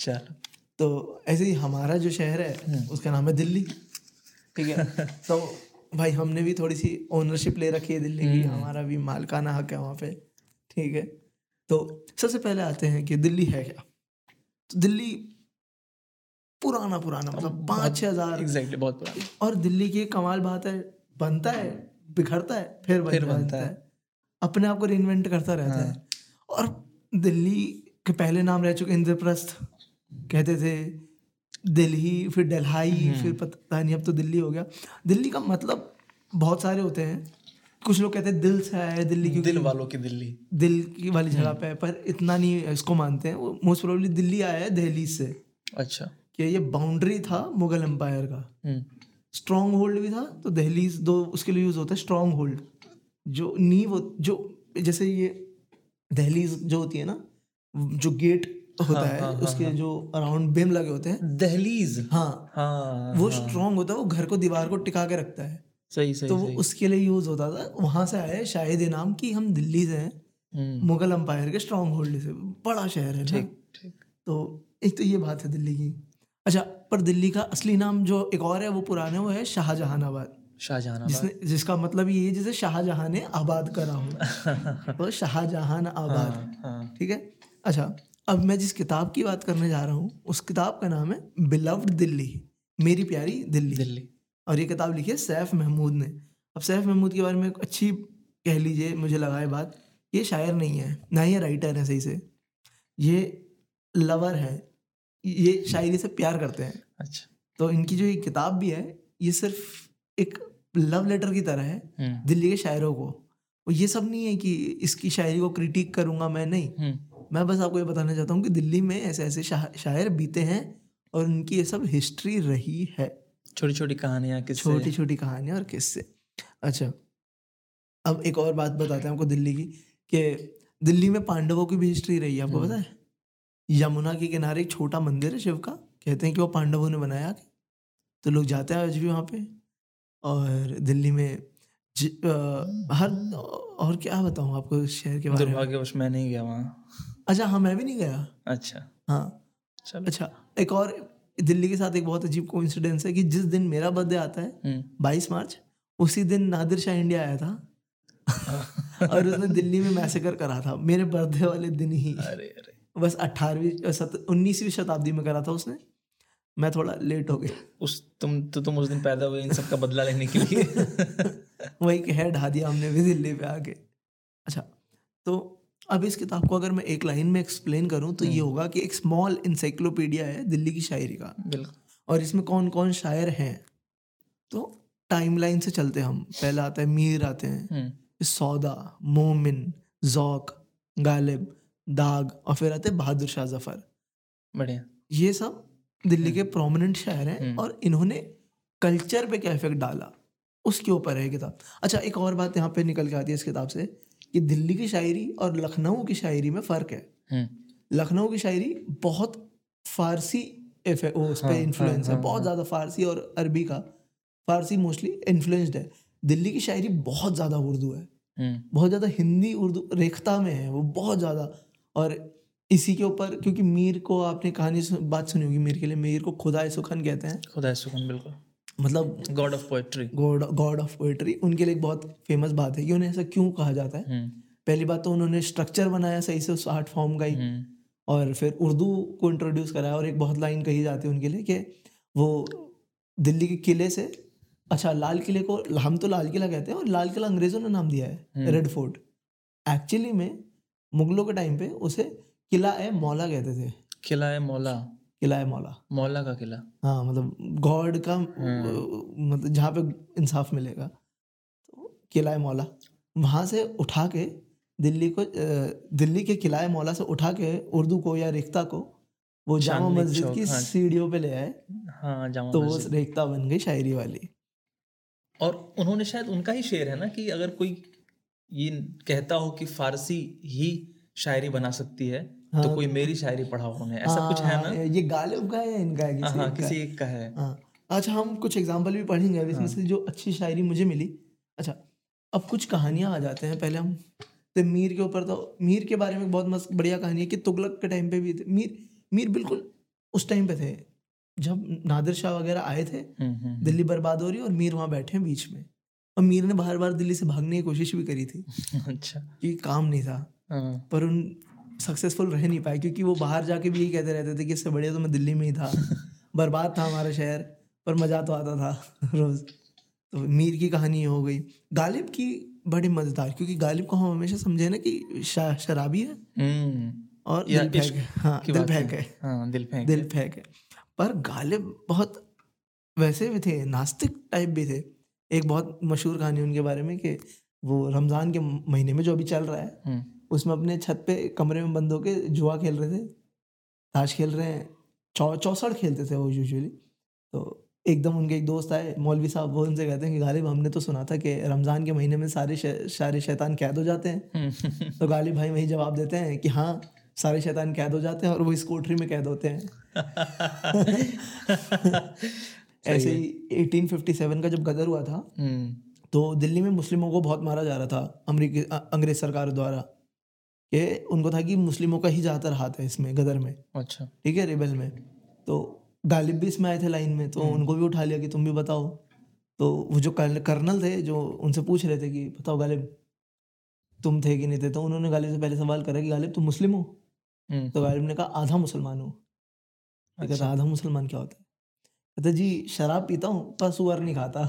A: चलो
B: तो ऐसे ही हमारा जो शहर है उसका नाम है दिल्ली ठीक है तो भाई हमने भी थोड़ी सी ओनरशिप ले रखी है दिल्ली की हमारा भी मालकाना हक है वहाँ पे ठीक है तो सबसे पहले आते हैं कि दिल्ली है क्या तो दिल्ली पुराना पुराना मतलब पाँच छः हजार
A: एग्जैक्टली बहुत पुराना
B: और दिल्ली की एक कमाल बात है बनता है बिखरता है फिर बन
A: फिर
B: जाता
A: बनता है। हाँ।
B: अपने आप को रिइन्वेंट करता रहता है और दिल्ली के पहले नाम रह चुके इंद्रप्रस्थ कहते थे दिल्ली फिर डलहाई
A: हम्म।
B: फिर पता नहीं अब तो दिल्ली हो गया दिल्ली का मतलब बहुत सारे होते हैं कुछ लोग कहते हैं दिल से आया है दिल्ली क्योंकि
A: दिल वालों की दिल्ली
B: दिल की वाली जगह
A: हम्म।
B: पे है पर इतना नहीं इसको मानते हैं वो मोस्ट प्रोबेबली दिल्ली आया है दहली से
A: अच्छा
B: कि ये बाउंड्री था मुगल एम्पायर का
A: हम्म,
B: स्ट्रॉन्ग होल्ड भी था तो दहलीज दो उसके लिए यूज होता है स्ट्रॉन्ग होल्ड जो नींव हो- जो जैसे ये दहलीज जो होती है ना जो गेट होता
A: हाँ,
B: है उसके जो अराउंड बिम लगे होते हैं
A: दहलीज
B: हाँ
A: हाँ
B: वो स्ट्रॉन्ग होता है वो घर को दीवार को टिका के रखता है
A: सही सही
B: तो वो उसके लिए यूज होता था वहां से आया है शायद ये नाम कि हम दिल्ली से हैं
A: हम्म,
B: मुगल एम्पायर के स्ट्रॉन्ग होल्ड से बड़ा शहर है ना
A: ठीक
B: तो एक तो ये बात है दिल्ली की अच्छा पर दिल्ली का असली नाम जो एक और है वो पुराना है, वो है शाहजहानाबाद
A: शाहजहानाबाद
B: जिसने जिसका मतलब ये है जैसे शाहजहां ने आबाद करा हो वो शाहजहां आबाद
A: हाँ
B: ठीक है अच्छा अब मैं जिस किताब की बात करने जा रहा हूँ उस किताब का नाम है बिलव्ड दिल्ली मेरी प्यारी दिल्ली
A: दिल्ली
B: और ये किताब लिखी है सैफ महमूद ने अब सैफ महमूद के बारे में एक अच्छी कह लीजिए मुझे लगा है बात ये शायर नहीं है ना ही ये राइटर है सही से ये लवर है ये शायरी से प्यार करते हैं
A: अच्छा
B: तो इनकी जो ये किताब भी है ये सिर्फ एक लव लेटर की तरह है
A: हम्म,
B: दिल्ली के शायरों को और ये सब नहीं है कि इसकी शायरी को क्रिटिक करूंगा मैं नहीं
A: हम्म,
B: मैं बस आपको ये बताना चाहता हूँ कि दिल्ली में ऐसे ऐसे शाह- शायर बीते हैं और उनकी ये सब हिस्ट्री रही है
A: छोटी छोटी कहानियां किस्से
B: छोटी छोटी कहानियाँ और किस्से अच्छा अब एक और बात बताते हैं आपको दिल्ली की कि दिल्ली में पांडवों की भी हिस्ट्री रही है आपको पता है यमुना के किनारे एक छोटा मंदिर है शिव का कहते हैं कि वो पांडवों ने बनाया तो लोग जाते हैं आज भी वहाँ पे और दिल्ली में ज, अ, हर और क्या बताऊँ आपको इस शहर के बारे में
A: दुर्भाग्यवश मैं नहीं गया वहाँ
B: अच्छा हाँ मैं भी नहीं गया
A: अच्छा
B: हाँ
A: चलो
B: अच्छा एक और दिल्ली के साथ एक बहुत अजीब कोइंसिडेंस है कि जिस दिन मेरा बर्थडे आता है
A: हम्म,
B: बाईस मार्च उसी दिन नादिर शाह इंडिया आया
A: हम्म।
B: था और उसने दिल्ली में मैसेकर करा था मेरे बर्थडे वाले दिन ही
A: अरे अरे
B: बस अट्ठारहवीं उन्नीसवीं शताब्दी में करा था उसने मैं थोड़ा लेट हो गया
A: उस तुम तो तुम उस दिन पैदा हुए इन सब का बदला लेने के लिए
B: वही कि है ढा दिया हमने भी दिल्ली पे आके अच्छा तो अब इस किताब को अगर मैं एक लाइन में एक्सप्लेन करूं तो ये होगा कि एक स्मॉल इंसाइक्लोपीडिया है दिल्ली की शायरी का
A: बिल्कुल
B: और इसमें कौन कौन शायर हैं तो टाइमलाइन से चलते हैं हम पहले आते हैं मीर आते हैं
A: हम्म,
B: सौदा मोमिन जौक गालिब दाग और फिर आते हैं बहादुर शाह जफर
A: बढ़िया
B: ये सब दिल्ली के प्रोमिनेंट शहर हैं
A: हम्म।
B: और इन्होंने कल्चर पे क्या इफेक्ट डाला उसके ऊपर है ये किताब अच्छा एक और बात यहाँ पे निकल के आती है इस किताब से कि दिल्ली की शायरी और लखनऊ की शायरी में फ़र्क है
A: हम्म,
B: लखनऊ की शायरी बहुत फारसी एफ- वो उस
A: हाँ,
B: पर
A: हाँ,
B: इन्फ्लुएंस है
A: हाँ,
B: बहुत
A: हाँ।
B: ज़्यादा फारसी और अरबी का फारसी मोस्टली इन्फ्लुएंस्ड है दिल्ली की शायरी बहुत ज़्यादा उर्दू है
A: हम्म,
B: बहुत ज़्यादा हिंदी उर्दू रेखता में है वो बहुत ज़्यादा और इसी के ऊपर क्योंकि मीर को आपने कहानी सु, बात सुनी होगी मीर के लिए मीर को खुदा सुखन कहते हैं
A: खुदा सुकून बिल्कुल
B: मतलब
A: God of poetry
B: God God of poetry उनके लिए एक बहुत फेमस बात है कि उन्हें ऐसा क्यों कहा जाता है
A: हम्म,
B: पहली बात तो उन्होंने स्ट्रक्चर बनाया सही से उस आर्ट फॉर्म का ही
A: हम्म।
B: और फिर उर्दू को इंट्रोड्यूस कराया और एक बहुत लाइन कही जाती है उनके लिए कि वो दिल्ली के किले से अच्छा लाल किले को हम तो लाल किला कहते हैं और लाल किला अंग्रेज़ों ने नाम दिया है
A: हम्म।
B: रेड फोर्ट एक्चुअली में मुगलों के टाइम पे उसे किला ए मौला कहते थे
A: किला है मौला
B: किला ए मौला
A: मौला का किला
B: हाँ मतलब गॉड का
A: Hmm.
B: मतलब जहाँ पे इंसाफ मिलेगा तो किला मौला वहाँ से उठा के दिल्ली को अ, दिल्ली के किला मौला से उठा के उर्दू को या रेखता को वो जामा
A: चांदनी
B: मस्जिद
A: चौक,
B: की
A: हाँ।
B: सीढ़ियों पे ले आए
A: हाँ जामा
B: तो वो
A: मस्जिद। तो
B: रेखता बन गई शायरी वाली
A: और उन्होंने शायद उनका ही शेर है ना कि अगर कोई ये कहता हो कि फारसी ही शायरी बना सकती है तो
B: हाँ।
A: कोई मेरी शायरी पढ़ाओ उन्हें ऐसा कुछ है
B: हाँ,
A: ना
B: ये गालिब का है या इनका है किसी
A: हाँ
B: एक का
A: किसी
B: है?
A: एक का है
B: हाँ अच्छा हम कुछ एग्जाम्पल भी पढ़ेंगे अब इसमें
A: हाँ।
B: से जो अच्छी शायरी मुझे मिली अच्छा अब कुछ कहानियाँ आ जाते हैं पहले हम तो मीर के ऊपर तो मीर के बारे में बहुत मस्त बढ़िया कहानी है कि तुगलक के टाइम पे भी थे मीर मीर बिल्कुल उस टाइम पे थे जब नादिर शाह वगैरह आए थे
A: हम्म, हम्म,
B: दिल्ली बर्बाद हो रही है और मीर वहाँ बैठे हैं बीच में और मीर ने बार बार दिल्ली से भागने की कोशिश भी करी थी
A: हम्म, अच्छा
B: कि काम नहीं था
A: हाँ,
B: पर उन सक्सेसफुल रह नहीं पाए क्योंकि वो बाहर जाके भी यही कहते रहते थे कि इससे बढ़िया तो मैं दिल्ली में ही था बर्बाद था हमारा शहर पर मज़ा तो आता था रोज़ तो मीर की कहानी ये हो गई गालिब की बड़ी मज़ेदार क्योंकि गालिब को हम हमेशा समझे ना कि शा, शराबी है
A: हम्म,
B: और
A: या
B: दिल फेंक
A: इश्क
B: है हाँ
A: की
B: दिल
A: बात
B: फेंक है
A: हाँ दिल फेंक
B: दिल फेंक है पर गालिब बहुत वैसे भी थे नास्तिक टाइप भी थे एक बहुत मशहूर कहानी उनके बारे में कि वो रमज़ान के महीने में जो अभी चल रहा है
A: हम्म,
B: उसमें अपने छत पे कमरे में बंद होके जुआ खेल रहे थे ताश खेल रहे हैं चौ चौसठ खेलते थे वो यूजुअली तो एकदम उनके एक दोस्त आए मौलवी साहब वो उनसे कहते हैं कि गालिब हमने तो सुना था कि रमज़ान के महीने में सारे शै- सारे शैतान कैद हो जाते हैं
A: हम्म,
B: तो गालिब भाई वही जवाब देते हैं कि हाँ सारे शैतान कैद हो जाते हैं और वो इस कोठरी में कैद होते हैं ऐसे ही 1857 का जब गदर हुआ था
A: हम्म,
B: तो दिल्ली में मुस्लिमों को बहुत मारा जा रहा था अमरीकी अ- अंग्रेज सरकार द्वारा कि उनको था कि मुस्लिमों का ही ज़्यादातर हाथ है इसमें गदर में
A: अच्छा
B: ठीक है रिबेल में तो गालिब भी इसमें आए थे लाइन में तो
A: हम्म।
B: उनको भी उठा लिया कि तुम भी बताओ तो वो जो कर्न- कर्नल थे जो उनसे पूछ रहे थे कि बताओ गालिब तुम थे कि नहीं थे तो उन्होंने गालिब से पहले सवाल करा कि गालिब तुम मुस्लिम हो
A: हम्म,
B: तो गालिब ने कहा आधा मुसलमान हूँ मैं कहता
A: अच्छा।
B: आधा मुसलमान क्या होता है कहता जी शराब पीता हूँ पर सुअर नहीं खाता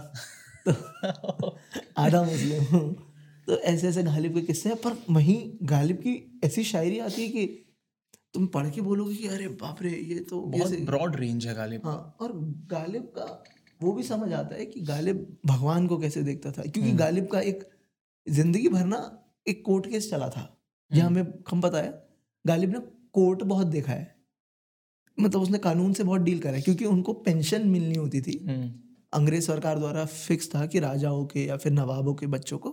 B: तो आधा मुस्लिम हूँ तो ऐसे ऐसे गालिब के किस्से हैं पर वहीं गालिब की ऐसी शायरी आती है कि तुम पढ़ के बोलोगे कि अरे बाप रे ये तो ये
A: बहुत
B: से-
A: ब्रॉड रेंज है गालिब
B: हाँ और गालिब का वो भी समझ आता है कि गालिब भगवान को कैसे देखता था क्योंकि
A: हम्म।
B: गालिब का एक जिंदगी भर ना एक कोर्ट केस चला था यह
A: हम्म।
B: हमें हम पता है गालिब ने कोर्ट बहुत देखा है मतलब उसने कानून से बहुत डील करा है क्योंकि उनको पेंशन मिलनी होती थी
A: हम्म,
B: अंग्रेज सरकार द्वारा फिक्स था कि राजाओं के या फिर नवाबों के बच्चों को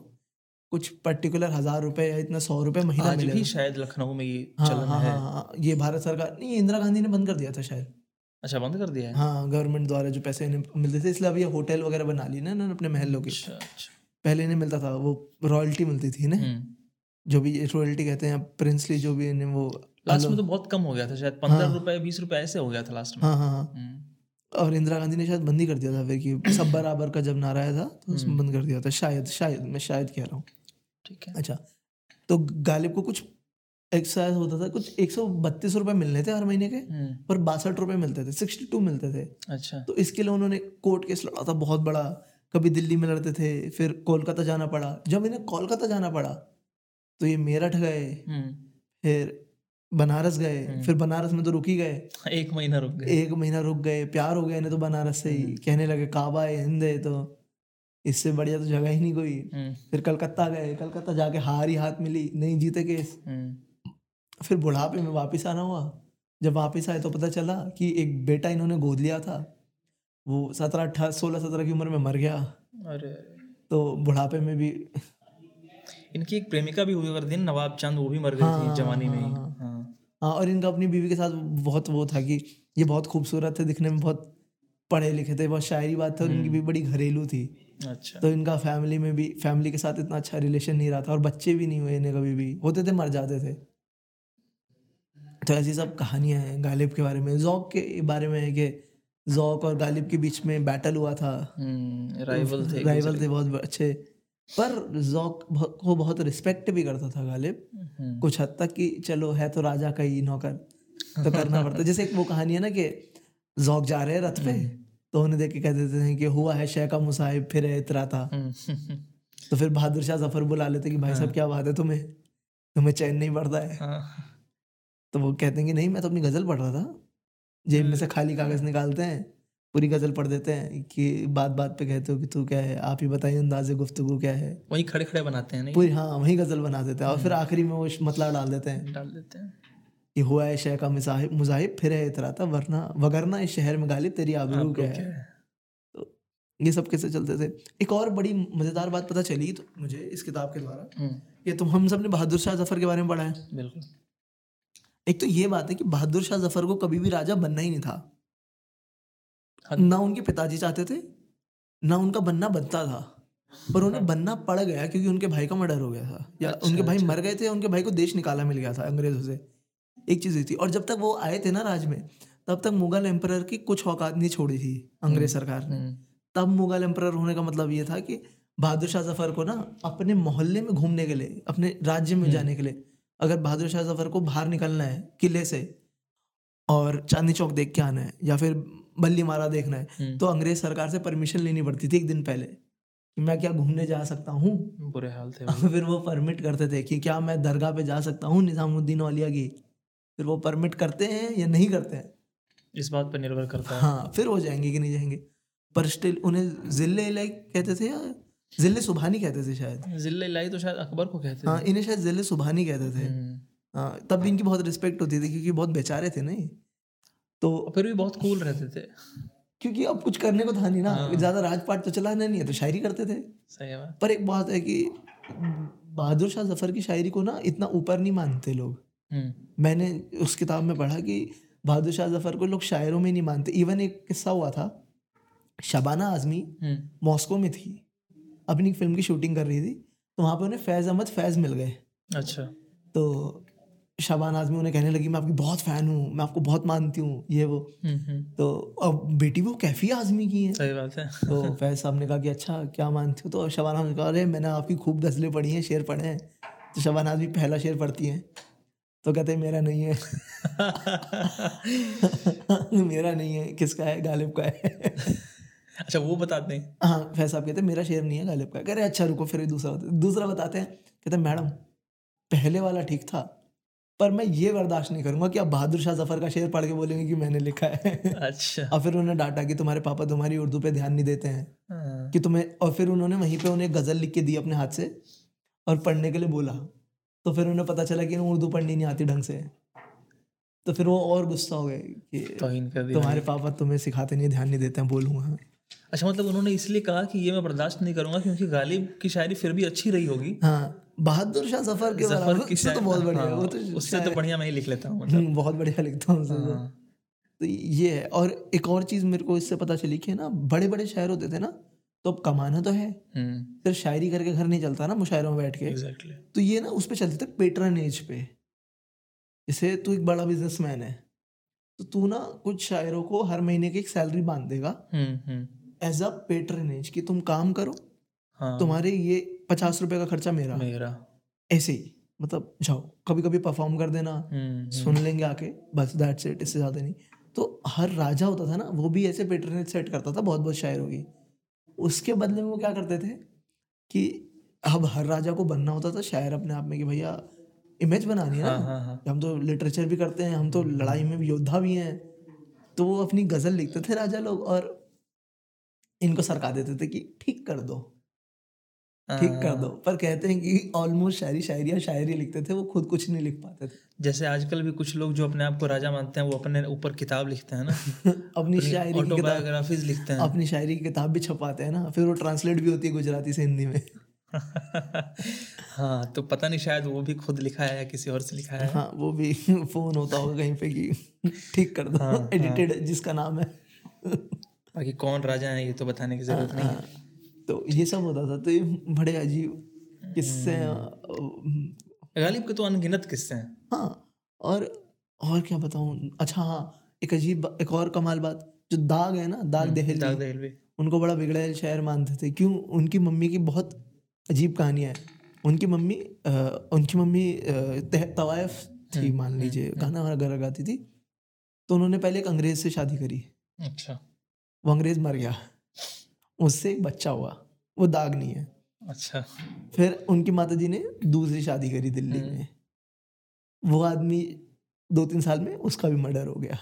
B: कुछ पर्टिकुलर हजार रुपए या इतना सौ रुपए महीना
A: आज भी
B: हाँ, मिलेगा
A: शायद लखनऊ में ये
B: हाँ
A: चलन
B: हाँ
A: है
B: हाँ हाँ ये भारत सरकार नहीं ये इंदिरा गांधी ने बंद कर दिया था शायद
A: अच्छा बंद कर दिया है
B: हाँ गवर्नमेंट द्वारा जो पैसे इन्हें मिलते थे इसलिए अब ये होटल वगैरह बना ली ना इन्होंने अपने महलों की
A: अच्छा अच्छा
B: पहले इन्हें मिलता था वो रॉयल्टी मिलती थी ना
A: हम्म।
B: जो भी रॉयल्टी कहते हैं प्रिंसली जो भी इन्हें वो
A: लास्ट में
B: हाँ
A: तो बहुत कम हो गया था शायद पंद्रह रुपए बीस रुपए ऐसे हो गया था लास्ट में
B: हाँ हाँ
A: हम्म,
B: और इंदिरा गांधी ने शायद बंद ही कर दिया था फिर कि सब बराबर का जब नारा आया था तो उसमें
A: हम्म।
B: बंद कर दिया था शायद शायद मैं शायद कह रहा हूँ
A: ठीक है
B: अच्छा तो गालिब को कुछ एक्सरसाइज होता था कुछ एक सौ बत्तीस रुपये मिलने थे हर महीने के
A: हम्म,
B: पर बासठ रुपये मिलते थे सिक्सटी टू मिलते थे
A: अच्छा
B: तो इसके लिए उन्होंने कोर्ट केस लड़ा था बहुत बड़ा कभी दिल्ली में लड़ते थे फिर कोलकाता जाना पड़ा जब इन्हें कोलकाता जाना पड़ा तो ये मेरठ गए
A: हम्म,
B: फिर बनारस गए फिर बनारस में तो रुक ही गए
A: एक महीना रुक गए
B: एक महीना रुक गए प्यार हो गया इन्हें तो बनारस से ही कहने लगे काबा है हिंद है तो इससे बढ़िया तो जगह ही नहीं कोई
A: हम्म,
B: फिर कलकत्ता गए कलकत्ता जाके हार ही हाथ मिली नहीं जीते केस
A: हम्म,
B: फिर बुढ़ापे में वापस आना हुआ जब वापस आए तो पता चला कि एक बेटा इन्होंने गोद लिया था वो सत्रह अट्ठारह सोलह सत्रह की उम्र में मर गया
A: और
B: तो बुढ़ापे में भी
A: इनकी एक प्रेमिका भी हुई करती है नवाब चांद वो भी मर गई थी जवानी में ही हाँ
B: हाँ और इनका अपनी बीवी के साथ बहुत वो था कि ये बहुत खूबसूरत थे दिखने में बहुत पढ़े लिखे थे बहुत शायरी बात थे और इनकी भी बड़ी घरेलू थी
A: अच्छा
B: तो इनका फैमिली में भी फैमिली के साथ इतना अच्छा रिलेशन नहीं रहा था और बच्चे भी नहीं हुए इन्हें कभी भी होते थे मर जाते थे तो ऐसी सब कहानियां हैं गालिब के बारे में जौक के बारे में है कि जौक और गालिब के बीच में बैटल हुआ था
A: राइवल हम्म, थे
B: राइवल थे बहुत अच्छे पर जौक बहुत- को बहुत रिस्पेक्ट भी करता था गालिब
A: हम्म,
B: कुछ हद तक कि चलो है तो राजा का ही नौकर तो करना पड़ता है। जैसे एक वो कहानी है ना कि जौक जा रहे हैं रथ पे तो उन्हें देख के कह देते हैं कि हुआ है शह का मुसाहिब फिर है इतरा था
A: हम्म,
B: तो फिर बहादुर शाह जफर बुला लेते कि भाई साहब क्या बात है तुम्हें तुम्हें चैन नहीं पड़ता है
A: हाँ,
B: तो वो कहते हैं कि नहीं मैं तो अपनी गजल पढ़ रहा था जेब में से खाली कागज निकालते हैं पूरी गजल पढ़ देते हैं कि बात बात पे कहते हो कि तू क्या है आप ही बताइए अंदाजे गुफ्तगु क्या है
A: वहीं खड़े खड़े बनाते हैं नहीं
B: पूरी हाँ वही गजल बना देते हैं और फिर आखिरी में वो मतला डाल देते हैं
A: डाल देते हैं
B: कि हुआ है शह का मिसाहिब मुजाहिब फिर है इतराता वरना वगरना इस शहर में गालिब तेरी आबरू क्या है तो ये सब कैसे चलते थे एक और बड़ी मज़ेदार बात पता चली तो मुझे इस किताब के द्वारा
A: हम्म,
B: ये तुम हम सब ने बहादुर शाह जफर के बारे में पढ़ा है
A: बिल्कुल
B: एक तो ये बात है कि बहादुर शाह जफर को कभी भी राजा बनना ही नहीं था
A: हाँ।
B: ना उनके पिताजी चाहते थे ना उनका बनना बनता था पर उन्हें बनना पड़ गया क्योंकि उनके भाई का मर्डर हो गया था या
A: हाँ। अच्छा,
B: उनके भाई मर गए थे उनके भाई को देश निकाला मिल गया था अंग्रेजों से एक चीज़ हुई थी और जब तक वो आए थे ना राज में तब तक मुगल एम्पर की कुछ औकात नहीं छोड़ी थी अंग्रेज सरकार ने
A: हम्म,
B: तब मुगल एम्पर होने का मतलब ये था कि बहादुर शाह जफर को ना अपने मोहल्ले में घूमने के लिए अपने राज्य में जाने के लिए अगर बहादुर शाह जफर को बाहर निकलना है किले से और चांदनी चौक देख के आना है या फिर बल्ली मारा देखना है
A: हम्म।
B: तो अंग्रेज सरकार से परमिशन लेनी पड़ती थी एक दिन पहले कि मैं क्या घूमने जा सकता हूँ
A: बुरे हाल थे वो।
B: फिर वो परमिट करते थे कि क्या मैं दरगाह पे जा सकता हूँ निजामुद्दीन औलिया की फिर वो परमिट करते हैं या नहीं करते हैं
A: इस बात पर निर्भर करता है
B: हाँ फिर वो जाएंगे कि नहीं जाएंगे पर स्टिल उन्हें जिले लाइक कहते थे या जिले सुबहानी कहते थे शायद
A: जिले लाई तो शायद अकबर को कहते
B: हाँ इन्हें शायद जिले सुबहानी कहते
A: थे
B: थे
A: हम्म,
B: हाँ तब भी इनकी बहुत रिस्पेक्ट होती थी क्योंकि बहुत बेचारे थे नहीं तो
A: और फिर भी बहुत कूल रहते थे
B: क्योंकि अब कुछ करने को था नहीं ना ज्यादा राजपाट तो चलाना नहीं है तो शायरी करते थे
A: सही है बात
B: पर एक बात है कि बहादुर शाह जफर की शायरी को ना इतना ऊपर नहीं मानते लोग
A: हम्म,
B: मैंने उस किताब में पढ़ा कि बहादुर शाह जफर को लोग शायरों में नहीं मानते इवन एक किस्सा हुआ था शबाना आजमी
A: हम्म,
B: मॉस्को में थी अपनी एक फिल्म की शूटिंग कर रही थी तो वहाँ पे उन्हें फैज़ अहमद फैज़ मिल गए
A: अच्छा
B: तो शबान आजमी उन्हें कहने लगी मैं आपकी बहुत फ़ैन हूँ मैं आपको बहुत मानती हूँ ये वो
A: हम्म, हम्म,
B: तो अब बेटी वो कैफ़ी आजमी की है
A: सही बात है
B: तो फैज़ साहब ने कहा कि अच्छा क्या मानती हो तो शबान आजमी ने कहा अरे मैंने आपकी खूब गज़लें पढ़ी हैं शेर पढ़े हैं तो शबान आजमी पहला शेर पढ़ती हैं तो कहते हैं मेरा नहीं है मेरा नहीं है किसका है गालिब का है
A: अच्छा वो बताते हैं
B: हाँ फैज साहब कहते हैं मेरा शेर नहीं है गालिब का कह रहे अच्छा रुको फिर दूसरा बताते दूसरा बताते हैं कहते हैं मैडम पहले वाला ठीक था पर मैं ये बर्दाश्त नहीं करूंगा कि आप बहादुर शाह जफर का शेर पढ़ के बोलेंगे कि मैंने लिखा है
A: अच्छा
B: और फिर उन्हें डांटा कि तुम्हारे पापा तुम्हारी उर्दू पे ध्यान नहीं देते हैं
A: हाँ,
B: कि तुम्हें और फिर उन्होंने वहीं पे उन्हें गज़ल लिख के दी अपने हाथ से और पढ़ने के लिए बोला तो फिर उन्हें पता चला कि इन्हें उर्दू पढ़नी नहीं आती ढंग से तो फिर वो और गुस्सा हो गए कि
A: तौहीन कर दिया
B: तुम्हारे पापा तुम्हें सिखाते नहीं ध्यान नहीं देते हैं बोलूँगा
A: अच्छा मतलब उन्होंने इसलिए कहा कि ये मैं बर्दाश्त नहीं करूंगा क्योंकि गालिब की शायरी फिर भी अच्छी रही होगी
B: हाँ बहादुर शाह जफर के
A: जफर
B: बराबर
A: की
B: उससे तो
A: शायरी-
B: बहुत बढ़िया है,
A: हाँ,
B: वो तो
A: उससे तो बढ़िया मैं ही लिख लेता हूँ मतलब
B: हम्म, बहुत बढ़िया लिखता हूँ उससे तो।
A: हाँ,
B: तो ये है और एक और चीज मेरे को इससे पता चली कि ना बड़े बड़े शायर होते थे ना तो अब कमाना तो है
A: हम्म
B: सिर्फ शायरी करके घर नहीं चलता ना मुशायरों में बैठ के
A: एग्जैक्टली
B: तो ये ना उस पर चलते थे पेट्रनेज पे जैसे तू एक बड़ा बिजनेसमैन है तो तू ना कुछ शायरों को हर महीने की एक सैलरी बांध देगा
A: हम्म हम्म
B: एज अ पेट्रनेज कि तुम काम करो
A: हाँ
B: तुम्हारे ये पचास रुपए का खर्चा मेरा
A: मेरा
B: ऐसे ही मतलब जाओ कभी कभी परफॉर्म कर देना
A: हम्म
B: सुन लेंगे आके बस दैट्स इट इससे ज़्यादा नहीं तो हर राजा होता था ना वो भी ऐसे पेटर्नेट सेट करता था बहुत बहुत शायरों की उसके बदले में वो क्या करते थे कि अब हर राजा को बनना होता था शायर अपने आप में कि भैया इमेज बनानी है
A: हाँ
B: ना
A: हाँ हाँ
B: हम तो लिटरेचर भी करते हैं हम तो लड़ाई में भी योद्धा भी हैं तो वो अपनी गज़ल लिखते थे राजा लोग और इनको सरका देते थे कि ठीक कर दो
A: हाँ,
B: ठीक कर दो पर कहते हैं कि ऑलमोस्ट शायरी शायरी और शायरी लिखते थे वो खुद कुछ नहीं लिख पाते थे
A: जैसे आजकल भी कुछ लोग जो अपने आप को राजा मानते हैं वो अपने ऊपर किताब लिखते हैं ना
B: अपनी शायरी की किताब
A: ऑटोबायोग्राफीज लिखते हैं
B: अपनी शायरी की किताब भी छपाते हैं ना फिर वो ट्रांसलेट भी होती है गुजराती से हिंदी में
A: हाँ तो पता नहीं शायद वो भी खुद लिखा है या किसी और से लिखा है
B: हाँ वो भी फोन होता होगा कहीं पे कि ठीक कर
A: हाँ,
B: दो
A: हाँ।
B: एडिटेड जिसका नाम है
A: बाकी कौन राजा है ये तो बताने की जरूरत नहीं है
B: हाँ, तो ये सब होता था तो ये बड़े अजीब किससे
A: हम्म।
B: हाँ
A: गालिब के तो अनगिनत किस्से हैं
B: और और क्या बताऊँ अच्छा हाँ एक अजीब एक और कमाल बात जो दाग है ना दाग
A: हम्म, दाग
B: दहेल
A: दहेलवी
B: उनको बड़ा बिगड़ा शहर मानते थे क्यों उनकी मम्मी की बहुत अजीब कहानियाँ हैं उनकी मम्मी अ, उनकी मम्मी अ, तह- तवायफ थी मान लीजिए गाना वाना गाना गाती थी तो उन्होंने पहले एक अंग्रेज से शादी करी
A: अच्छा
B: वो अंग्रेज मर गया उससे एक बच्चा हुआ वो दाग नहीं है
A: अच्छा
B: फिर उनकी माताजी ने दूसरी शादी करी दिल्ली
A: हम्म।
B: में वो आदमी दो तीन साल में उसका भी मर्डर हो गया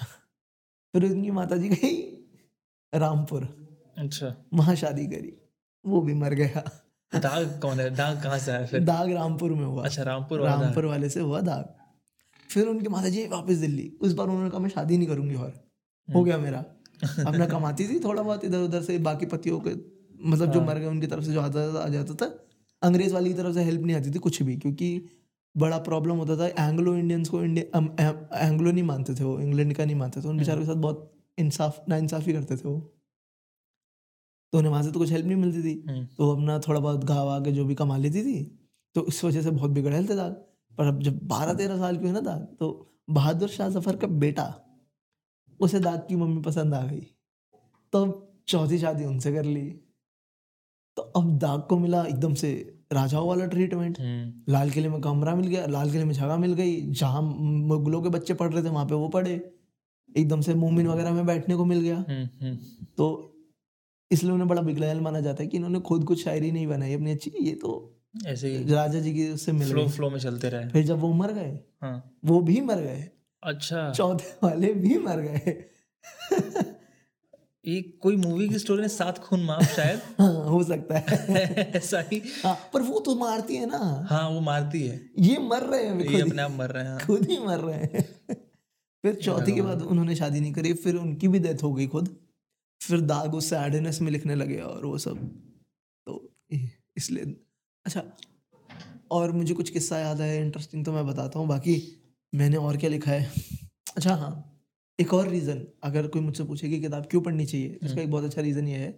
B: फिर उनकी माताजी गई रामपुर
A: अच्छा
B: वहाँ शादी करी वो भी मर गया
A: दाग कौन है दाग कहाँ से आया फिर
B: दाग रामपुर में हुआ
A: अच्छा रामपुर वाला दाग।
B: रामपुर वाले से हुआ दाग फिर उनके माता जी वापस दिल्ली उस बार उन्होंने कहा मैं शादी नहीं करूंगी और हो गया मेरा अपना कमाती थी थोड़ा बहुत इधर उधर से बाकी पतियों के मतलब
A: हाँ।
B: जो मर गए उनकी तरफ से जो आता था आ जाता था अंग्रेज वाली की तरफ से हेल्प नहीं आती थी कुछ भी क्योंकि बड़ा प्रॉब्लम होता था एंग्लो इंडियंस को एंग्लो नहीं मानते थे वो इंग्लैंड का नहीं मानते थे उन
A: हाँ।
B: बेचारों के साथ बहुत इंसाफ नाइंसाफी करते थे वो तो उन्हें वहाँ से तो कुछ हेल्प नहीं मिलती थी
A: हम्म,
B: तो वो अपना थोड़ा बहुत घाव आके जो भी कमा लेती थी तो इस वजह से बहुत बिगड़ रहे थे दाग पर अब जब बारह तेरह साल की हुई ना दाग तो बहादुर शाह जफर का बेटा उसे दाग की मम्मी पसंद आ गई तो अब चौथी शादी उनसे कर ली तो अब दाग को मिला एकदम से राजाओं वाला ट्रीटमेंट
A: हम्म,
B: लाल किले में कमरा मिल गया लाल किले में जगह मिल गई जहाँ मुगलों के बच्चे पढ़ रहे थे वहाँ पे वो पढ़े एकदम से मोमिन वगैरह में बैठने को मिल गया
A: हम्म, हम्म।
B: तो इसलिए उन्हें बड़ा बिगड़ैल माना जाता है कि इन्होंने खुद कुछ शायरी नहीं बनाई अपनी अच्छी ये तो
A: ऐसे ही
B: राजा जी की उससे मिल
A: फ्लो
B: गई
A: फ्लो में चलते रहे
B: फिर जब वो मर गए
A: हाँ
B: वो भी मर गए
A: अच्छा
B: चौथे वाले भी मर गए
A: ये कोई मूवी की स्टोरी ने सात खून माफ शायद
B: हाँ, हो सकता है
A: ऐसा ही
B: हाँ, पर वो तो मारती है ना
A: हाँ वो मारती है
B: ये मर रहे हैं
A: ये
B: खुद ही
A: अपने आप मर रहे हैं
B: खुद ही मर रहे हैं फिर चौथी के बाद उन्होंने शादी नहीं करी फिर उनकी भी डेथ हो गई खुद फिर दाग उससे सैडनेस में लिखने लगे और वो सब तो ये- इसलिए अच्छा और मुझे कुछ किस्सा याद आया इंटरेस्टिंग तो मैं बताता हूँ बाकी मैंने और क्या लिखा है अच्छा हाँ एक और रीज़न अगर कोई मुझसे पूछे कि किताब क्यों पढ़नी चाहिए इसका एक बहुत अच्छा रीज़न ये है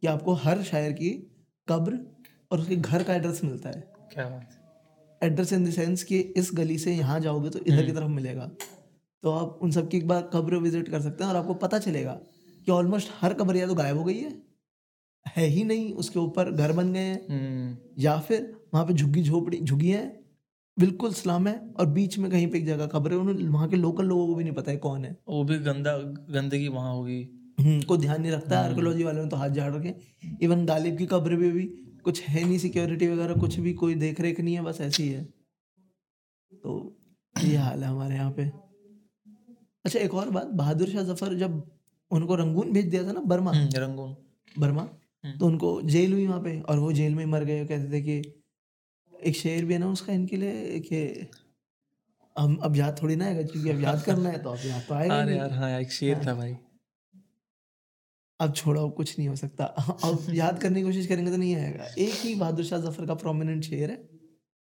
B: कि आपको हर शायर की कब्र और उसके घर का एड्रेस मिलता है
A: हाँ। क्या बात है।
B: एड्रेस इन द सेंस कि इस गली से यहाँ जाओगे तो इधर की तरफ मिलेगा तो आप उन सबकी एक बार कब्र विजिट कर सकते हैं और आपको पता चलेगा कि ऑलमोस्ट हर कब्र या तो गायब हो गई है है ही नहीं उसके ऊपर घर बन गए हैं
A: हम्म,
B: या फिर वहाँ पे झुग्गी झोपड़ी झुग्गियाँ हैं बिल्कुल स्लम है और बीच में कहीं पे एक जगह कब्र है उन्हें वहाँ के लोकल लोगों को भी नहीं पता है कौन है
A: वो भी गंदा गंदगी वहाँ होगी
B: हम्म, को ध्यान नहीं रखता है आर्कोलॉजी वालों ने तो हाथ झाड़ रखे इवन गालिब की कब्र में भी कुछ है नहीं सिक्योरिटी वगैरह कुछ भी कोई देख रेख नहीं है बस ऐसे ही है तो ये हाल है हमारे यहाँ पे अच्छा एक और बात बहादुर शाह जफर जब उनको रंगून भेज दिया था ना बर्मा
A: हम्म, रंगून
B: बर्मा तो उनको जेल हुई वहाँ पे और वो जेल में ही मर गए कहते थे कि एक शेर भी है ना उसका इनके लिए कि हम अब याद थोड़ी ना आएगा क्योंकि अब याद करना है तो अब याद तो आएगा
A: अरे
B: नहीं।
A: यार हाँ एक शेर था भाई
B: अब छोड़ो कुछ नहीं हो सकता अब याद करने की कोशिश करेंगे तो नहीं आएगा एक ही बहादुर शाह जफर का प्रोमिनेंट शेर है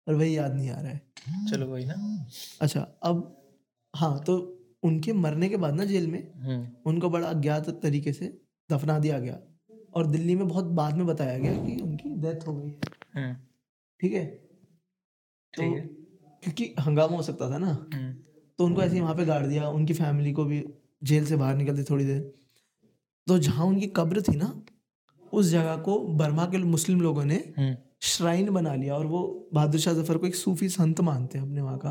B: और वही याद नहीं आ रहा है
A: चलो भाई ना हम्म,
B: अच्छा अब हाँ तो उनके मरने के बाद ना जेल में
A: हम्म,
B: उनको बड़ा अज्ञात तरीके से दफना दिया गया और दिल्ली में बहुत बाद में बताया गया कि उनकी डेथ हो गई है
A: हम्म,
B: ठीक है तो
A: ठीक है।
B: क्योंकि हंगामा हो सकता था ना
A: हम्म,
B: तो उनको ऐसे ही वहाँ पे गाड़ दिया उनकी फैमिली को भी जेल से बाहर निकलते थोड़ी देर तो जहाँ उनकी कब्र थी ना उस जगह को बर्मा के मुस्लिम लोगों ने
A: हम्म,
B: श्राइन बना लिया और वो बहादुर शाह जफर को एक सूफी संत मानते हैं अपने वहाँ का